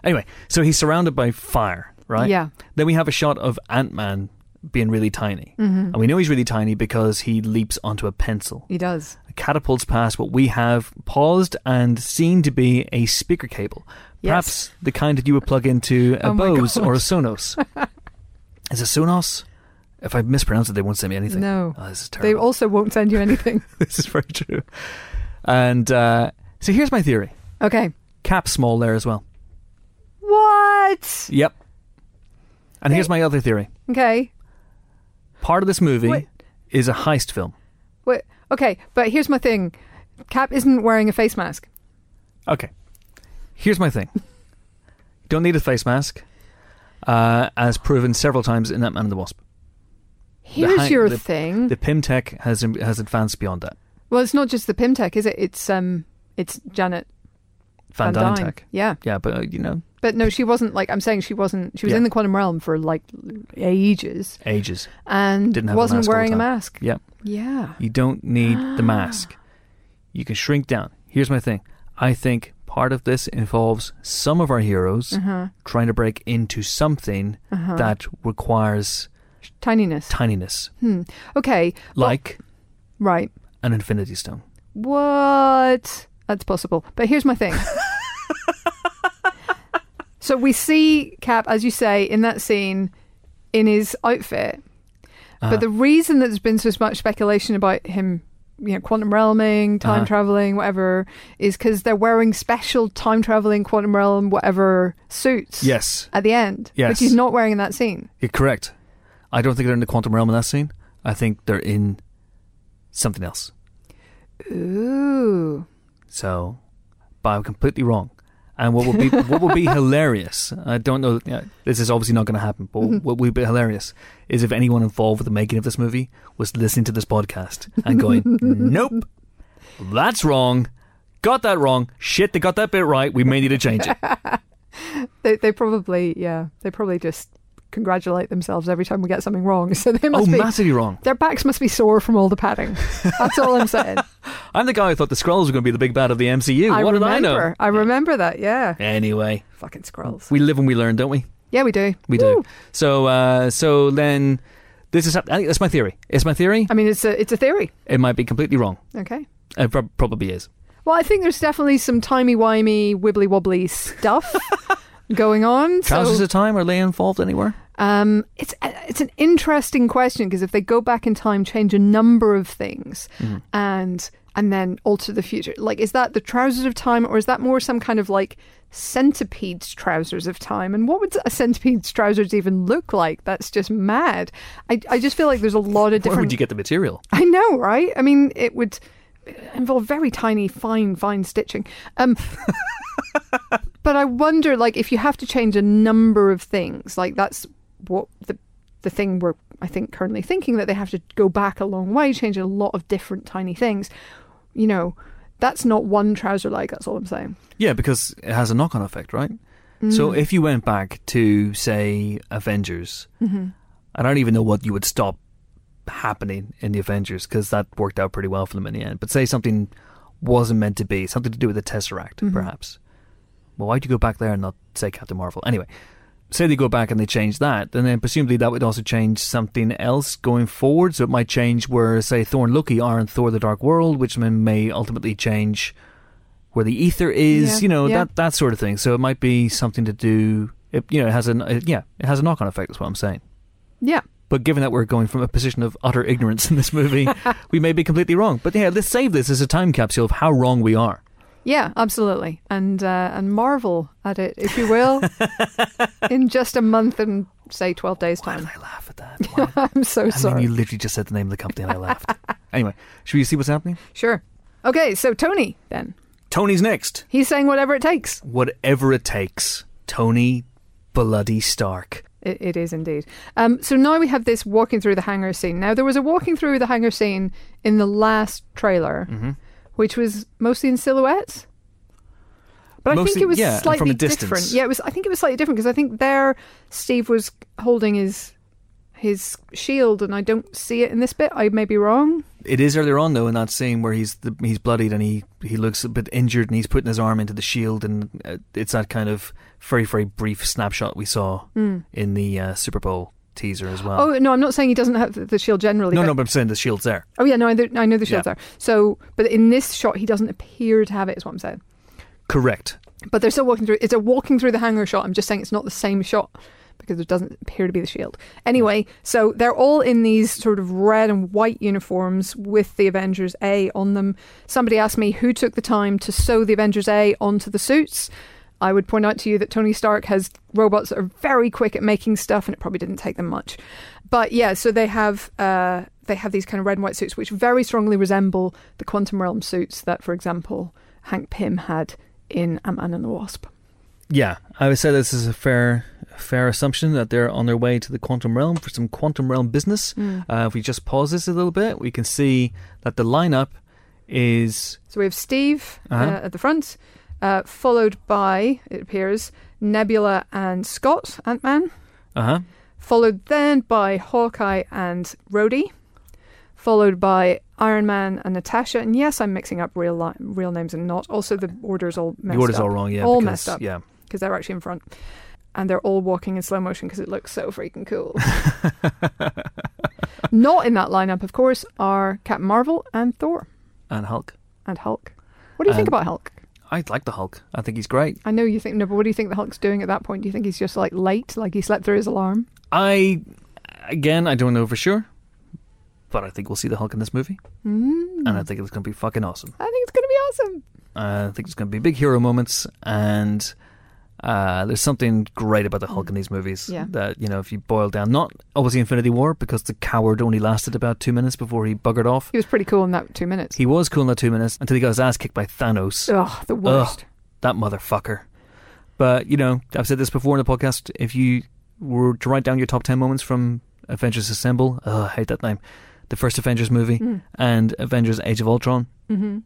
Speaker 1: anyway. So he's surrounded by fire, right?
Speaker 2: Yeah.
Speaker 1: Then we have a shot of Ant Man being really tiny,
Speaker 2: hmm
Speaker 1: and we know he's really tiny because he leaps onto a pencil,
Speaker 2: He does.
Speaker 1: catapults past what we have paused and seen to be a speaker cable,
Speaker 2: Yes.
Speaker 1: perhaps the kind that you would plug into a
Speaker 2: [laughs] Oh my
Speaker 1: Bose
Speaker 2: God.
Speaker 1: or a Sonos.
Speaker 2: [laughs]
Speaker 1: Is it Sonos? If I mispronounce it, they won't send me anything.
Speaker 2: No.
Speaker 1: Oh, this is
Speaker 2: They
Speaker 1: terrible.
Speaker 2: also won't send you anything. [laughs]
Speaker 1: [laughs] this is very true. And uh, so here's my theory.
Speaker 2: okay.
Speaker 1: Cap small there as well.
Speaker 2: What?
Speaker 1: Yep. And here's my other theory.
Speaker 2: Okay.
Speaker 1: Part of this movie
Speaker 2: What?
Speaker 1: is a heist film.
Speaker 2: Wait. Okay, but here's my thing. Cap isn't wearing a face mask.
Speaker 1: Okay. Here's my thing. Don't need a face mask, uh, as proven several times in That Man and the Wasp.
Speaker 2: Here's
Speaker 1: hang-
Speaker 2: your
Speaker 1: the-
Speaker 2: thing.
Speaker 1: The Pimtech has has advanced beyond that.
Speaker 2: well, it's not just the Pimtech, is it? It's um, it's Janet
Speaker 1: Van, Dyne Tech.
Speaker 2: Yeah,
Speaker 1: Yeah, but uh, you know,
Speaker 2: but no, she wasn't. Like I'm saying, she wasn't. She was
Speaker 1: Yeah.
Speaker 2: in the quantum realm for like ages
Speaker 1: [gasps] ages.
Speaker 2: and
Speaker 1: Didn't have a
Speaker 2: wasn't
Speaker 1: mask all the
Speaker 2: wearing a
Speaker 1: time.
Speaker 2: mask.
Speaker 1: Yeah.
Speaker 2: Yeah.
Speaker 1: [gasps] You don't need the mask. You can shrink down. Here's my thing. I think part of this involves some of our heroes
Speaker 2: Uh-huh.
Speaker 1: trying to break into something that requires
Speaker 2: Tininess. Hmm.
Speaker 1: tininess,
Speaker 2: Okay.
Speaker 1: like
Speaker 2: Right.
Speaker 1: an infinity stone.
Speaker 2: What? That's possible. But here's
Speaker 1: [laughs]
Speaker 2: my thing. so we see Cap, as you say, in that scene in his outfit.
Speaker 1: Uh-huh.
Speaker 2: But the reason that there's been so much speculation about him, you know, quantum realming, time
Speaker 1: Uh-huh.
Speaker 2: traveling, whatever, is because they're wearing special time traveling, quantum realm, whatever suits
Speaker 1: Yes,
Speaker 2: at the end,
Speaker 1: Yes.
Speaker 2: which he's not wearing in that scene.
Speaker 1: you're correct. I don't think they're in the quantum realm in that scene. I think they're in something else.
Speaker 2: Ooh.
Speaker 1: So, but I'm completely wrong. And what
Speaker 2: [laughs]
Speaker 1: would be what would be hilarious? I don't know. yeah, this is obviously not going to happen. But
Speaker 2: Mm-hmm.
Speaker 1: what would be hilarious is if anyone involved with the making of this movie was listening to this podcast and
Speaker 2: [laughs]
Speaker 1: going, "Nope, that's wrong. Got that wrong. Shit, they got that bit right. We may need to
Speaker 2: [laughs]
Speaker 1: change it."
Speaker 2: They, they probably, yeah, they probably just congratulate themselves every time we get something wrong. [laughs] So they
Speaker 1: oh,
Speaker 2: must be,
Speaker 1: massively wrong.
Speaker 2: their backs must be sore from all the padding. That's all
Speaker 1: [laughs]
Speaker 2: I'm saying.
Speaker 1: I'm the guy who thought the Skrulls were going to be the big bad of the MCU.
Speaker 2: I
Speaker 1: what
Speaker 2: remember,
Speaker 1: did I know?
Speaker 2: I remember that. Yeah,
Speaker 1: Anyway,
Speaker 2: fucking scrolls.
Speaker 1: we live and we learn, don't we?
Speaker 2: Yeah, we do.
Speaker 1: We
Speaker 2: Woo.
Speaker 1: do. So, uh, so then. This is I think that's my theory. It's my theory.
Speaker 2: I mean, it's a it's a theory.
Speaker 1: It might be completely wrong.
Speaker 2: Okay.
Speaker 1: It prob- probably is.
Speaker 2: Well, I think there's definitely some timey wimey, wibbly
Speaker 1: [laughs]
Speaker 2: wobbly stuff going on.
Speaker 1: Trousers
Speaker 2: so,
Speaker 1: of time, are they involved anywhere?
Speaker 2: um, it's it's an interesting question because if they go back in time, change a number of things, and and then alter the future, like is that the trousers of time, or is that more some kind of like centipede's trousers of time? And what would a centipede's trousers even look like? That's just mad. I I just feel like there's a lot of
Speaker 1: Where
Speaker 2: different.
Speaker 1: would you get the material?
Speaker 2: I know, right? I mean, it would involve very tiny, fine, fine stitching. Um, [laughs] but I wonder, like, if you have to change a number of things, like that's what the the thing we're, I think, currently thinking that they have to go back a long way, change a lot of different tiny things. You know, that's not one trouser leg. That's all I'm saying.
Speaker 1: Yeah, because it has a knock on effect, right? So if you went back to, say, Avengers, I don't even know what you would stop happening in the Avengers because that worked out pretty well for them in the end. But say something wasn't meant to be, something to do with the Tesseract,
Speaker 2: Mm-hmm.
Speaker 1: perhaps. Well, why'd you go back there and not say Captain Marvel? Anyway, say they go back and they change that, and then presumably that would also change something else going forward. So it might change where, say, Thor and Loki are in Thor: The Dark World, which then may ultimately change where the ether is.
Speaker 2: Yeah,
Speaker 1: You know
Speaker 2: yeah.
Speaker 1: that that sort of thing. So it might be something to do. It, you know, it has an it, yeah, it has a knock-on effect. That's what I'm saying.
Speaker 2: Yeah.
Speaker 1: But given that we're going from a position of utter ignorance in this [laughs] movie, we may be completely wrong. But yeah, let's save this as a time capsule of how wrong we are.
Speaker 2: Yeah, absolutely, and uh, and marvel at it, if you [laughs] will, in just a month and say twelve days'
Speaker 1: Why did
Speaker 2: time.
Speaker 1: I laugh at [laughs] that? Why
Speaker 2: [laughs] I'm so
Speaker 1: I mean,
Speaker 2: sorry.
Speaker 1: you literally just said the name of the company and I laughed. anyway, should we see what's happening?
Speaker 2: Sure. Okay, so Tony then.
Speaker 1: Tony's next.
Speaker 2: He's saying whatever it takes.
Speaker 1: Whatever it takes. Tony bloody Stark.
Speaker 2: It, it is indeed. Um, so now we have this walking through the hangar scene. Now, there was a walking through the hangar scene in the last trailer,
Speaker 1: Mm-hmm.
Speaker 2: which was mostly in silhouettes. But I
Speaker 1: Mostly-
Speaker 2: think it was
Speaker 1: yeah, and from a
Speaker 2: slightly
Speaker 1: distance.
Speaker 2: different. Yeah, it was. I think it was slightly different because I think there Steve was holding his his shield, and I don't see it in this bit. I may be wrong.
Speaker 1: It is earlier on though in that scene where he's the, he's bloodied and he, he looks a bit injured and he's putting his arm into the shield and uh, it's that kind of very very brief snapshot we saw in the uh, Super Bowl teaser as well.
Speaker 2: Oh no, I'm not saying he doesn't have the- the shield generally.
Speaker 1: no,
Speaker 2: but
Speaker 1: no, but I'm saying the shield's there.
Speaker 2: Oh yeah, no, I, th- I know the shields
Speaker 1: Yeah.
Speaker 2: are. So, but in this shot, he doesn't appear to have it. Is what I'm saying.
Speaker 1: Correct.
Speaker 2: But they're still walking through. It's a walking through the hangar shot. I'm just saying it's not the same shot because there doesn't appear to be the shield. Anyway, so they're all in these sort of red and white uniforms with the Avengers A on them. Somebody asked me who took the time to sew the Avengers A onto the suits. I would point out to you that Tony Stark has robots that are very quick at making stuff, and it probably didn't take them much. But yeah, so they have uh, they have these kind of red and white suits, which very strongly resemble the quantum realm suits that, for example, Hank Pym had in Ant Man and the Wasp.
Speaker 1: Yeah, I would say this is a fair fair assumption that they're on their way to the quantum realm for some quantum realm business. Uh, if we just pause this a little bit, we can see that the lineup is
Speaker 2: So we have Steve uh,
Speaker 1: Uh-huh.
Speaker 2: at the front, uh, followed by it appears Nebula and Scott Ant Man,
Speaker 1: uh huh
Speaker 2: followed then by Hawkeye and Rhodey, followed by Iron Man and Natasha. And yes, I'm mixing up real li- real names and not. Also, the order's all messed
Speaker 1: the order's
Speaker 2: up.
Speaker 1: all wrong. Yeah,
Speaker 2: all
Speaker 1: because,
Speaker 2: messed up.
Speaker 1: Yeah,
Speaker 2: because they're actually in front. And they're all walking in slow motion because it looks so
Speaker 1: [laughs]
Speaker 2: freaking cool. Not in that lineup, of course, are Captain Marvel and Thor
Speaker 1: and Hulk.
Speaker 2: and Hulk. What do you think
Speaker 1: And-
Speaker 2: about Hulk?
Speaker 1: I like the Hulk. I think he's great.
Speaker 2: I know you think no, but what do you think the Hulk's doing at that point? Do you think he's just like late, like he slept through his alarm?
Speaker 1: I again, I don't know for sure, but I think we'll see the Hulk in this movie,
Speaker 2: Mm.
Speaker 1: and I think it's going to be fucking awesome.
Speaker 2: I think it's going to be awesome.
Speaker 1: Uh, I think there's going to be big hero moments, and uh, there's something great about the Hulk in these movies.
Speaker 2: Mm. Yeah.
Speaker 1: That you know, if you boil down, not obviously Infinity War because the coward only lasted about two minutes before he buggered off.
Speaker 2: He was pretty cool in that two minutes.
Speaker 1: He was cool in that two minutes until he got his ass kicked by Thanos.
Speaker 2: Oh, the worst.
Speaker 1: that motherfucker. But you know, I've said this before in the podcast. If you were to write down your top ten moments from Avengers Assemble, oh, I hate that name, the first Avengers movie
Speaker 2: Mm.
Speaker 1: and Avengers Age of Ultron,
Speaker 2: hmm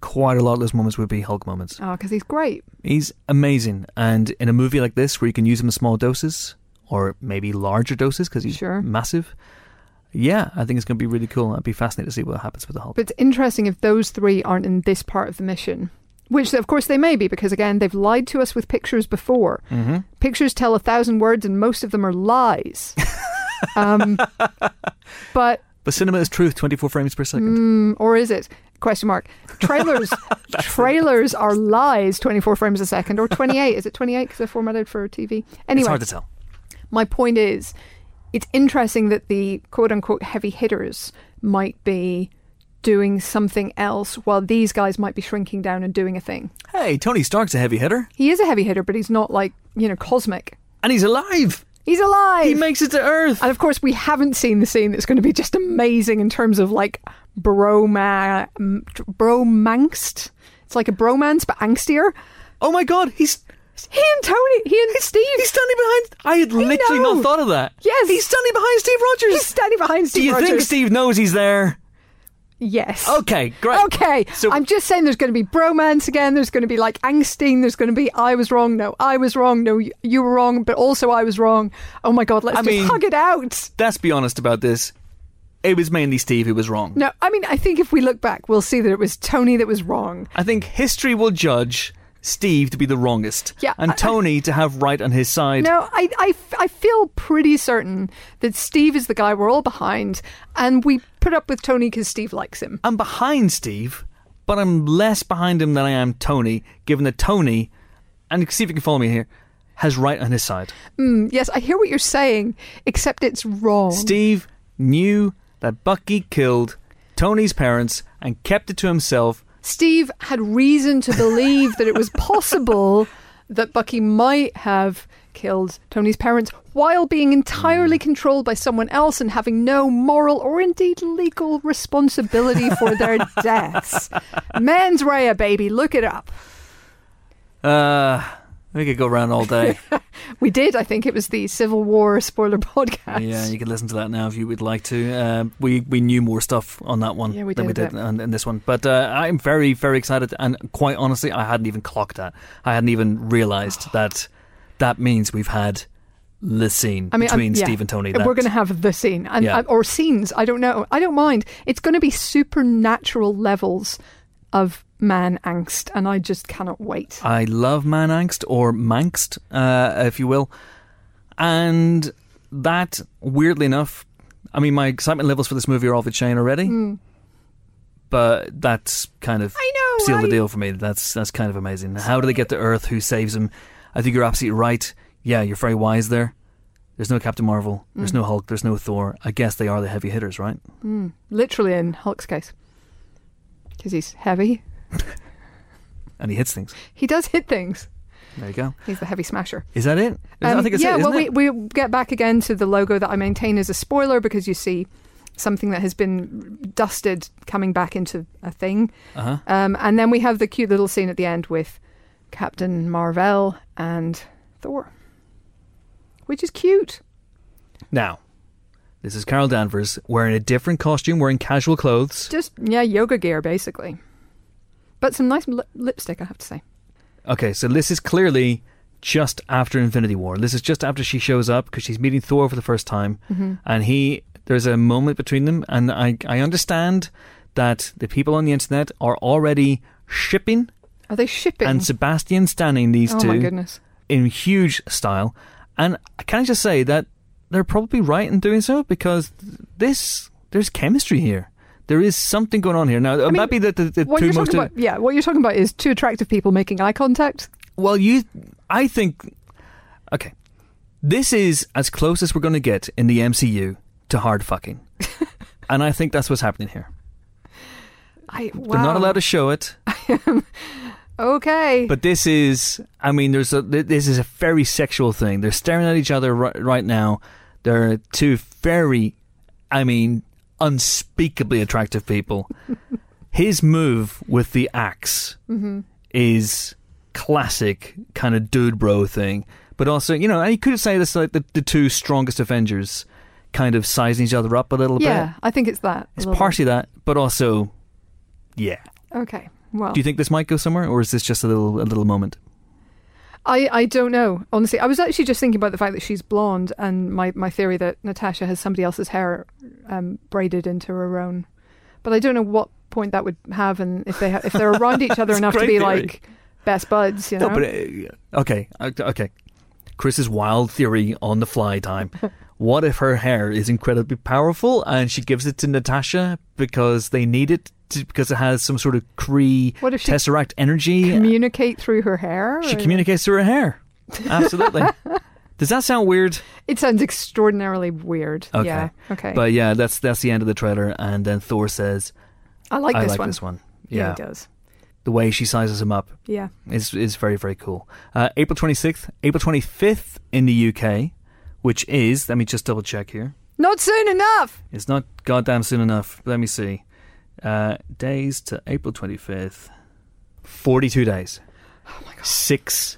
Speaker 1: quite a lot of those moments would be Hulk moments.
Speaker 2: Oh, because he's great.
Speaker 1: He's amazing, and in a movie like this where you can use him in small doses or maybe larger doses because he's
Speaker 2: Sure.
Speaker 1: massive. Yeah, I think it's going to be really cool. I'd be fascinated to see what happens with the Hulk.
Speaker 2: But it's interesting if those three aren't in this part of the mission, which of course they may be, because again, they've lied to us with pictures before.
Speaker 1: mm-hmm.
Speaker 2: Pictures tell a thousand words, and most of them are [laughs] lies. um, but
Speaker 1: But cinema is truth, twenty four frames per second.
Speaker 2: mm, or is it?
Speaker 1: [laughs]
Speaker 2: Question mark. Trailers, trailers are lies. Twenty-four frames a second, or twenty-eight? is it twenty-eight? Because they're formatted for TV. Anyway,
Speaker 1: It's hard to tell.
Speaker 2: my point is, it's interesting that the quote unquote heavy hitters might be doing something else while these guys might be shrinking down and doing a thing.
Speaker 1: Hey, Tony Stark's a heavy hitter,
Speaker 2: He is a heavy hitter, but he's not like, you know, cosmic.
Speaker 1: and he's alive.
Speaker 2: He's alive!
Speaker 1: He makes it to Earth.
Speaker 2: and of course, we haven't seen the scene that's going to be just amazing in terms of like broma, m- bromangst. It's like a bromance, but angstier.
Speaker 1: Oh my god, he's
Speaker 2: He and Tony, he and Steve,
Speaker 1: he's standing behind. I had literally
Speaker 2: know.
Speaker 1: not thought of that.
Speaker 2: Yes.
Speaker 1: he's standing behind Steve Rogers.
Speaker 2: he's standing behind Steve
Speaker 1: Do you think
Speaker 2: Rogers.
Speaker 1: Steve knows he's there?
Speaker 2: Yes.
Speaker 1: Okay, great.
Speaker 2: Okay.
Speaker 1: So-
Speaker 2: I'm just saying there's going to be bromance again. There's going to be like Angstein. There's going to be I was wrong. No, I was wrong. No, you, you were wrong, but also I was wrong. Oh my God, let's
Speaker 1: I
Speaker 2: just
Speaker 1: mean-
Speaker 2: hug it out.
Speaker 1: Let's be honest about this. It was mainly Steve who was wrong.
Speaker 2: No, I mean, I think if we look back, we'll see that it was Tony that was wrong.
Speaker 1: I think history will judge Steve to be the wrongest,
Speaker 2: Yeah,
Speaker 1: and
Speaker 2: I- I-
Speaker 1: Tony to have right on his side.
Speaker 2: No, I, I, I feel pretty certain that Steve is the guy we're all behind, and we put up with Tony because Steve likes him.
Speaker 1: I'm behind Steve, but I'm less behind him than I am Tony, given that Tony, and see if you can follow me here, has right on his side.
Speaker 2: Mm, yes, I hear what you're saying, except it's wrong.
Speaker 1: Steve knew that Bucky killed Tony's parents and kept it to himself.
Speaker 2: Steve had reason to believe that it was possible that Bucky might have killed Tony's parents while being entirely controlled by someone else and having no moral or indeed legal responsibility for their deaths. Mens rea, baby, look it up.
Speaker 1: Uh, we could go around all
Speaker 2: [laughs]
Speaker 1: day.
Speaker 2: We did, I think it was the Civil War spoiler [laughs] podcast.
Speaker 1: yeah, you could listen to that now if you would like to. Uh, we we knew more stuff on that one
Speaker 2: Yeah, we
Speaker 1: than we
Speaker 2: did a
Speaker 1: did
Speaker 2: bit.
Speaker 1: on, in this one. But uh, I'm very very excited, and quite honestly, I hadn't even clocked that. I hadn't even
Speaker 2: [sighs]
Speaker 1: realised that that means we've had the scene
Speaker 2: I mean, I'm-
Speaker 1: between
Speaker 2: yeah.
Speaker 1: Steve and Tony.
Speaker 2: We're
Speaker 1: that-
Speaker 2: going to have the scene and
Speaker 1: Yeah.
Speaker 2: I- or scenes. I don't know. I don't mind. It's going to be supernatural levels of man angst, and I just cannot wait.
Speaker 1: I love man angst or mangst, uh, if you will. And that, weirdly enough, I mean, my excitement levels for this movie are off the chain already. But that's kind of
Speaker 2: Hmm. I know,
Speaker 1: sealed the
Speaker 2: I-
Speaker 1: deal for me. That's that's kind of amazing. How do they get to Earth? Who saves them? I think you're absolutely right. Yeah, you're very wise there. There's no Captain Marvel.
Speaker 2: Hmm.
Speaker 1: There's no Hulk. There's no Thor. I guess they are the heavy hitters, right?
Speaker 2: Literally in Hulk's case, because he's heavy.
Speaker 1: And he hits things.
Speaker 2: He does hit things.
Speaker 1: There you go.
Speaker 2: He's the heavy smasher.
Speaker 1: Is that it? Is that- I
Speaker 2: Um,
Speaker 1: think it's
Speaker 2: yeah,
Speaker 1: it, isn't
Speaker 2: well,
Speaker 1: it?
Speaker 2: We, we get back again to the logo that I maintain as a spoiler because you see something that has been dusted coming back into a thing.
Speaker 1: Uh-huh.
Speaker 2: Um, and then we have the cute little scene at the end with Captain Marvel and Thor, which is cute.
Speaker 1: Now, this is Carol Danvers wearing a different costume, wearing casual clothes.
Speaker 2: Just, yeah, yoga gear, basically. But some nice lip- lipstick, I have to say.
Speaker 1: Okay, so this is clearly
Speaker 2: Mm-hmm.
Speaker 1: just after Infinity War. This is just after she shows up because she's meeting Thor for the first time, and he There's a moment between them, and I, I understand that the people on the internet are already shipping
Speaker 2: Are they shipping?
Speaker 1: and Sebastian standing these
Speaker 2: oh
Speaker 1: two
Speaker 2: my goodness.
Speaker 1: in huge style. And can I just say that they're probably right in doing so because this there's chemistry here. There is something going on here. Now, it
Speaker 2: mean,
Speaker 1: might be that the, the
Speaker 2: What
Speaker 1: two
Speaker 2: you're
Speaker 1: most
Speaker 2: talking about, yeah, what you're talking about is two attractive people making eye contact.
Speaker 1: well, you I think okay. This is as close as we're going to get in the MCU to hard fucking. and I think that's what's happening here.
Speaker 2: I, wow.
Speaker 1: They're not allowed to show it,
Speaker 2: Okay.
Speaker 1: but this is I mean there's a th- this is a very sexual thing. They're staring at each other right, right now. They're two very I mean unspeakably attractive people.
Speaker 2: [laughs]
Speaker 1: His move with the ax
Speaker 2: Mm-hmm.
Speaker 1: is classic kind of dude bro thing. But also, you know, and you could say this like the, the two strongest Avengers kind of sizing each other up a little
Speaker 2: yeah,
Speaker 1: bit.
Speaker 2: I think it's that. a
Speaker 1: It's
Speaker 2: little bit.
Speaker 1: partially that, but also yeah.
Speaker 2: Okay. Well,
Speaker 1: Do you think this might go somewhere or is this just a little a little moment?
Speaker 2: I, I don't know. Honestly, I was actually just thinking about the fact that she's blonde and my, my theory that Natasha has somebody else's hair um, braided into her own. But I don't know what point that would have and if they ha- if they're around
Speaker 1: [laughs]
Speaker 2: each other
Speaker 1: It's a
Speaker 2: enough to
Speaker 1: great
Speaker 2: be
Speaker 1: theory.
Speaker 2: like best buds, you know.
Speaker 1: No, but uh, okay, okay, okay. Chris's wild theory on the fly
Speaker 2: [laughs]
Speaker 1: time. what if her hair is incredibly powerful and she gives it to Natasha because they need it to, because it has some sort of Cree
Speaker 2: what if she
Speaker 1: tesseract energy?
Speaker 2: communicate through her hair?
Speaker 1: uh, she
Speaker 2: or-
Speaker 1: communicates through her hair.
Speaker 2: [laughs]
Speaker 1: Absolutely. Does that sound weird?
Speaker 2: It sounds extraordinarily weird.
Speaker 1: Okay.
Speaker 2: Yeah. Okay.
Speaker 1: But yeah, that's that's the end of the trailer, and then Thor says,
Speaker 2: I like
Speaker 1: "I
Speaker 2: this
Speaker 1: like
Speaker 2: one.
Speaker 1: this one."
Speaker 2: yeah,
Speaker 1: Yeah,
Speaker 2: it does.
Speaker 1: the way she sizes him up
Speaker 2: Yeah.
Speaker 1: is is very very cool. Uh, April twenty sixth, April twenty fifth in the UK, which is let me just double check here.
Speaker 2: Not soon enough.
Speaker 1: It's not goddamn soon enough. Let me see. Uh, days to April 25th. 42 days. Oh my God. Six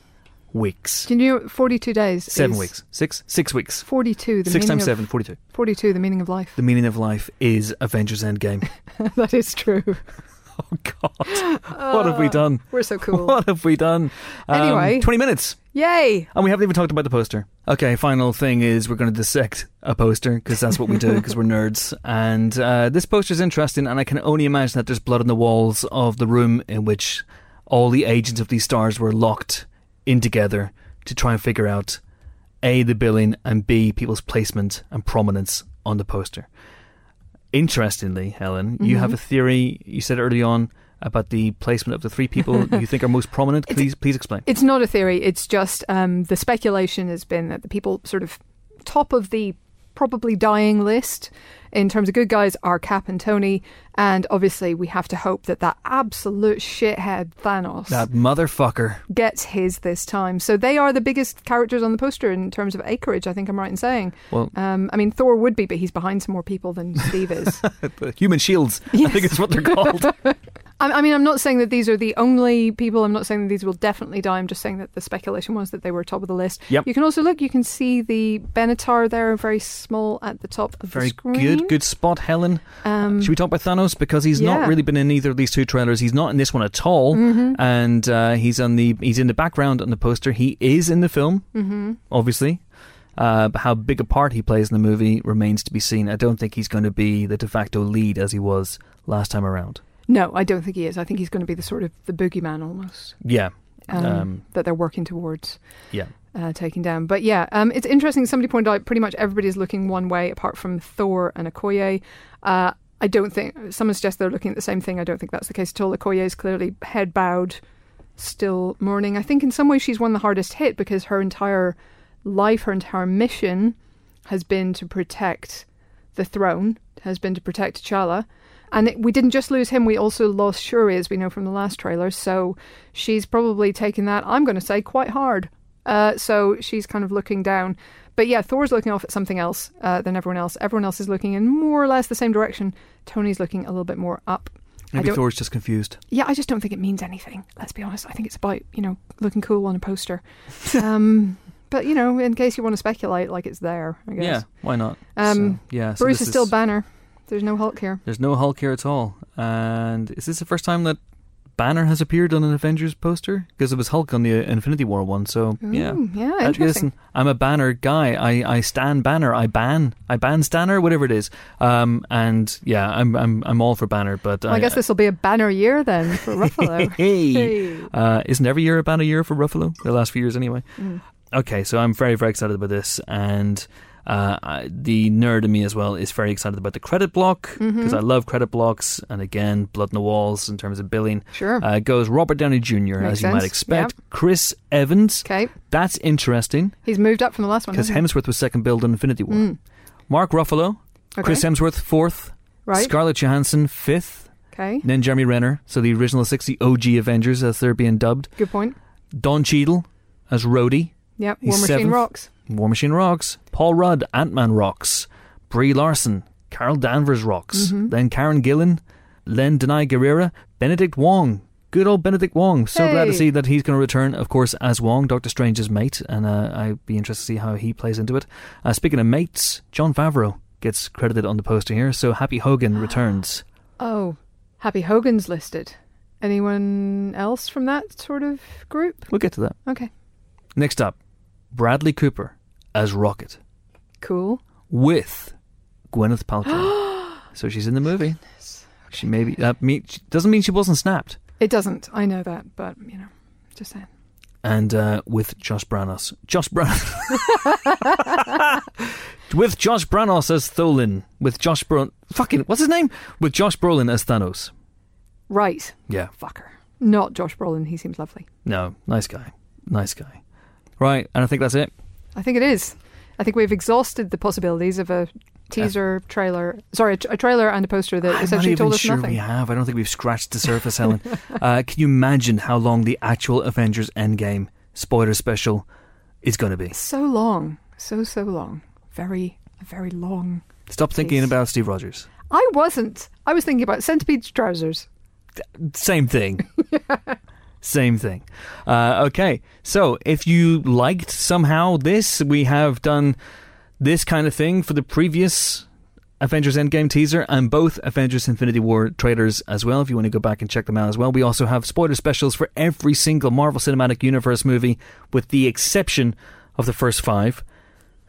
Speaker 1: weeks.
Speaker 2: Can you 42 days?
Speaker 1: Seven
Speaker 2: is
Speaker 1: weeks. Six? Six weeks.
Speaker 2: 42 the
Speaker 1: Six
Speaker 2: meaning
Speaker 1: times
Speaker 2: of,
Speaker 1: seven, 42.
Speaker 2: 42 the meaning of life. [laughs]
Speaker 1: The meaning of life is Avengers Endgame.
Speaker 2: that is true.
Speaker 1: oh, God. What have we done?
Speaker 2: We're so cool.
Speaker 1: What have we done?
Speaker 2: Oh. Anyway.
Speaker 1: 20 minutes.
Speaker 2: Yay!
Speaker 1: And we haven't even talked about the poster. Okay, final thing is we're going to dissect a poster because that's what we [laughs] do because we're nerds. And uh, this poster's interesting, and I can only imagine that there's blood on the walls of the room in which all the agents of these stars were locked in together to try and figure out A, the billing, and B, people's placement and prominence on the poster. Interestingly, Helen, you have a theory you said early on about the placement of the three [laughs] people you think are most prominent.
Speaker 2: It's-
Speaker 1: Please, please explain.
Speaker 2: It's not a theory. It's just um, the speculation has been that the people sort of top of the probably dying list in terms of good guys are Cap and Tony, and obviously we have to hope that that absolute shithead Thanos
Speaker 1: That motherfucker.
Speaker 2: gets his this time. So they are the biggest characters on the poster in terms of acreage. I think I'm right in saying.
Speaker 1: Well,
Speaker 2: Um, I mean, Thor would be, but he's behind some more people than Steve is.
Speaker 1: The Uh, human shields. [laughs] I think it's what
Speaker 2: [laughs]
Speaker 1: they're called.
Speaker 2: I, I mean, I'm not saying that these are the only people. I'm not saying that these will definitely die. I'm just saying that the speculation was that they were top of the list.
Speaker 1: Yep.
Speaker 2: You can also look. You can see the Benatar there, very small at the top of the
Speaker 1: Very
Speaker 2: screen.
Speaker 1: good, good spot, Helen.
Speaker 2: Um,
Speaker 1: Should we talk about Thanos because he's
Speaker 2: Yeah. Mm-hmm.
Speaker 1: not really been in either of these two trailers. He's not in this one at all, and uh, he's on the he's in the background on the poster. He is in the film,
Speaker 2: hmm
Speaker 1: obviously. Uh, but how big a part he plays in the movie remains to be seen. I don't think he's going to be the de facto lead as he was last time around.
Speaker 2: No, I don't think he is. I think he's going to be the sort of the boogeyman almost
Speaker 1: Yeah,
Speaker 2: um,
Speaker 1: Um,
Speaker 2: that they're working towards.
Speaker 1: yeah.
Speaker 2: Uh, taking down, but yeah, um, it's interesting. Somebody pointed out pretty much everybody's looking one way, apart from Thor and Okoye. Uh, I don't think someone suggests they're looking at the same thing. I don't think that's the case at all. Okoye is clearly head bowed, still mourning. I think in some ways she's one of the hardest hit because her entire life, her entire mission has been to protect the throne, has been to protect T'Challa. And it, we didn't just lose him, we also lost Shuri, as we know from the last trailer. So she's probably taken that, I'm going to say, quite hard. Uh, so she's kind of looking down. But yeah, Thor's looking off at something else uh, than everyone else. Everyone else is looking in more or less the same direction. Tony's looking a little bit more up. I
Speaker 1: Maybe
Speaker 2: don't-
Speaker 1: Thor's just confused.
Speaker 2: Yeah, I just don't think it means anything. Let's be honest. I think it's about you know looking cool on a poster. [laughs] Um, but you know, in case you want to speculate, like it's there. I guess.
Speaker 1: Yeah, why not?
Speaker 2: Um,
Speaker 1: So, yeah, so
Speaker 2: Bruce
Speaker 1: this
Speaker 2: is still Banner. There's no Hulk here.
Speaker 1: There's no Hulk here at all. And is this the first time that Banner has appeared on an Avengers poster because it was Hulk on the uh, Infinity War one. So yeah,
Speaker 2: Ooh, yeah,
Speaker 1: Uh,
Speaker 2: interesting.
Speaker 1: listen, I'm a Banner guy. I I stand Banner. I ban. I ban Stanner. Whatever it is. Um, and yeah, I'm I'm I'm all for Banner. But
Speaker 2: Well,
Speaker 1: [laughs]
Speaker 2: I guess this will be a banner year then for Ruffalo.
Speaker 1: Hey.
Speaker 2: Hey.
Speaker 1: Uh, isn't every year about a year for Ruffalo? The last few years, anyway.
Speaker 2: Mm.
Speaker 1: Okay, so I'm very, very excited about this, and uh, I, the nerd in me as well is very excited about the credit block because
Speaker 2: Mm-hmm.
Speaker 1: I love credit blocks. And again, blood in the walls in terms of billing
Speaker 2: Sure.
Speaker 1: uh, goes Robert Downey Jr. as
Speaker 2: Makes
Speaker 1: you might
Speaker 2: sense.
Speaker 1: expect. Chris Evans,
Speaker 2: okay.
Speaker 1: that's interesting
Speaker 2: He's moved up from the last one.
Speaker 1: because
Speaker 2: hasn't
Speaker 1: Hemsworth was second billed in Infinity
Speaker 2: he?
Speaker 1: War.
Speaker 2: Mm.
Speaker 1: Mark Ruffalo,
Speaker 2: Okay.
Speaker 1: Chris Hemsworth fourth,
Speaker 2: right.
Speaker 1: Scarlett Johansson fifth,
Speaker 2: okay.
Speaker 1: then Jeremy Renner. So the original sixty OG Avengers as they're being dubbed.
Speaker 2: Good point.
Speaker 1: Don Cheadle as Rhodey,
Speaker 2: Yep.
Speaker 1: He's
Speaker 2: War Machine
Speaker 1: seventh.
Speaker 2: rocks.
Speaker 1: War Machine rocks, Paul Rudd, Ant Man rocks, Brie Larson, Carol Danvers rocks,
Speaker 2: Mhm.
Speaker 1: then Karen Gillan, Len Denai Guerrera, Benedict Wong. Good old Benedict Wong. So glad to
Speaker 2: Hey.
Speaker 1: see that he's going to return, of course, as Wong, Doctor Strange's mate, and uh, I'd be interested to see how he plays into it. Uh, speaking of mates, John Favreau gets credited on the poster here, so Happy Hogan returns.
Speaker 2: Oh, Happy Hogan's listed. Anyone else from that sort of group?
Speaker 1: We'll get to that.
Speaker 2: Okay.
Speaker 1: Next up, Bradley Cooper as Rocket.
Speaker 2: Cool.
Speaker 1: with Gwyneth Paltrow. so she's in the movie. She maybe that mean, she- doesn't mean she wasn't snapped.
Speaker 2: It doesn't. I know that, but you know, just saying.
Speaker 1: And uh, with Josh Branos, Josh Branos, [laughs] with Josh Branos as Tholin, with Josh Brolin, fucking what's his name? With Josh Brolin as Thanos.
Speaker 2: Right.
Speaker 1: Yeah,
Speaker 2: Fucker. Not Josh Brolin. He seems lovely.
Speaker 1: no, nice guy, nice guy. Right, and I think that's it.
Speaker 2: I think it is. I think we've exhausted the possibilities of a teaser trailer. Sorry, a, tra- a trailer and a poster that
Speaker 1: I'm not
Speaker 2: essentially
Speaker 1: even
Speaker 2: told us
Speaker 1: sure
Speaker 2: nothing.
Speaker 1: we have. I don't think we've scratched the surface, Helen. uh, can you imagine how long the actual Avengers Endgame spoiler special is going to be?
Speaker 2: So long. So, so long. Very, very long.
Speaker 1: Stop thinking
Speaker 2: Please.
Speaker 1: about Steve Rogers.
Speaker 2: I wasn't. I was thinking about centipede trousers.
Speaker 1: Same thing. Same thing. Uh, okay, so if you liked somehow this, we have done this kind of thing for the previous Avengers Endgame teaser and both Avengers Infinity War trailers as well, if you want to go back and check them out as well. We also have spoiler specials for every single Marvel Cinematic Universe movie, with the exception of the first five.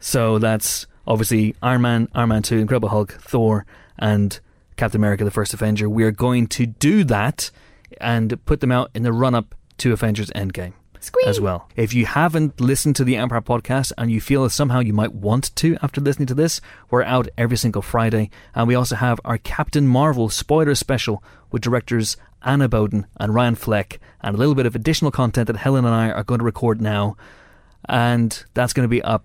Speaker 1: So that's obviously Iron Man, Iron Man 2, Incredible Hulk, Thor, and Captain America the First Avenger. We are going to do that and put them out in the run up to Avengers Endgame
Speaker 2: Squeak.
Speaker 1: as well. If you haven't listened to the Empire podcast and you feel that somehow you might want to after listening to this, we're out every single Friday. And we also have our Captain Marvel spoiler special with directors Anna Bowden and Ryan Fleck and a little bit of additional content that Helen and I are going to record now. And that's going to be up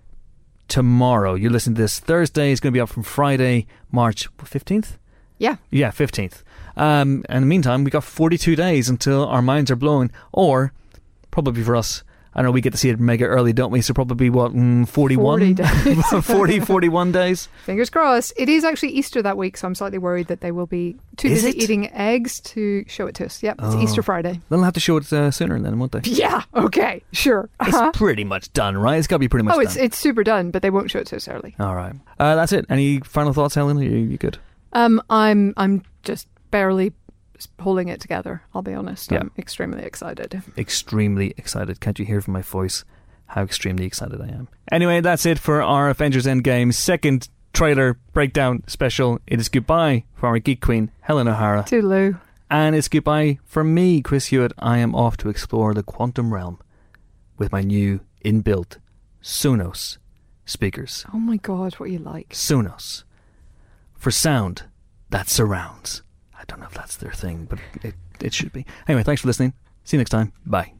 Speaker 1: tomorrow. You're listening to this Thursday. It's going to be up from Friday, March 15th.
Speaker 2: Yeah.
Speaker 1: Yeah, 15th. Um, in the meantime, we got 42 days until our minds are blown, or probably for us, I know we get to see it mega early, don't we? So probably what, mm, 41?
Speaker 2: 40 days.
Speaker 1: [laughs] 40, 41 days?
Speaker 2: Fingers crossed. It is actually Easter that week, so I'm slightly worried that they will be too
Speaker 1: Is
Speaker 2: busy
Speaker 1: it?
Speaker 2: eating eggs to show it to us. Yep, it's
Speaker 1: Oh.
Speaker 2: Easter Friday. [laughs]
Speaker 1: They'll have to show it uh, sooner then, won't they?
Speaker 2: Yeah, okay, sure. [laughs] Uh-huh.
Speaker 1: It's pretty much done, right? It's got to be pretty much
Speaker 2: Oh,
Speaker 1: done.
Speaker 2: it's it's super done, but they won't show it to us early.
Speaker 1: All right. Uh, that's it. Any final thoughts, Helen? Are you, you good?
Speaker 2: Um, I'm I'm just barely s- holding it together. I'll be honest.
Speaker 1: Yeah.
Speaker 2: I'm extremely excited.
Speaker 1: extremely excited. Can't you hear from my voice how extremely excited I am? Anyway, that's it for our Avengers Endgame second trailer breakdown special. It is goodbye from our geek queen, Helen O'Hara.
Speaker 2: Toodaloo.
Speaker 1: And it's goodbye from me, Chris Hewitt. I am off to explore the quantum realm with my new inbuilt Sonos speakers.
Speaker 2: Oh my God, what you like?
Speaker 1: Sonos. For sound that surrounds. I don't know if that's their thing, but it, it should be. Anyway, thanks for listening. See you next time. Bye.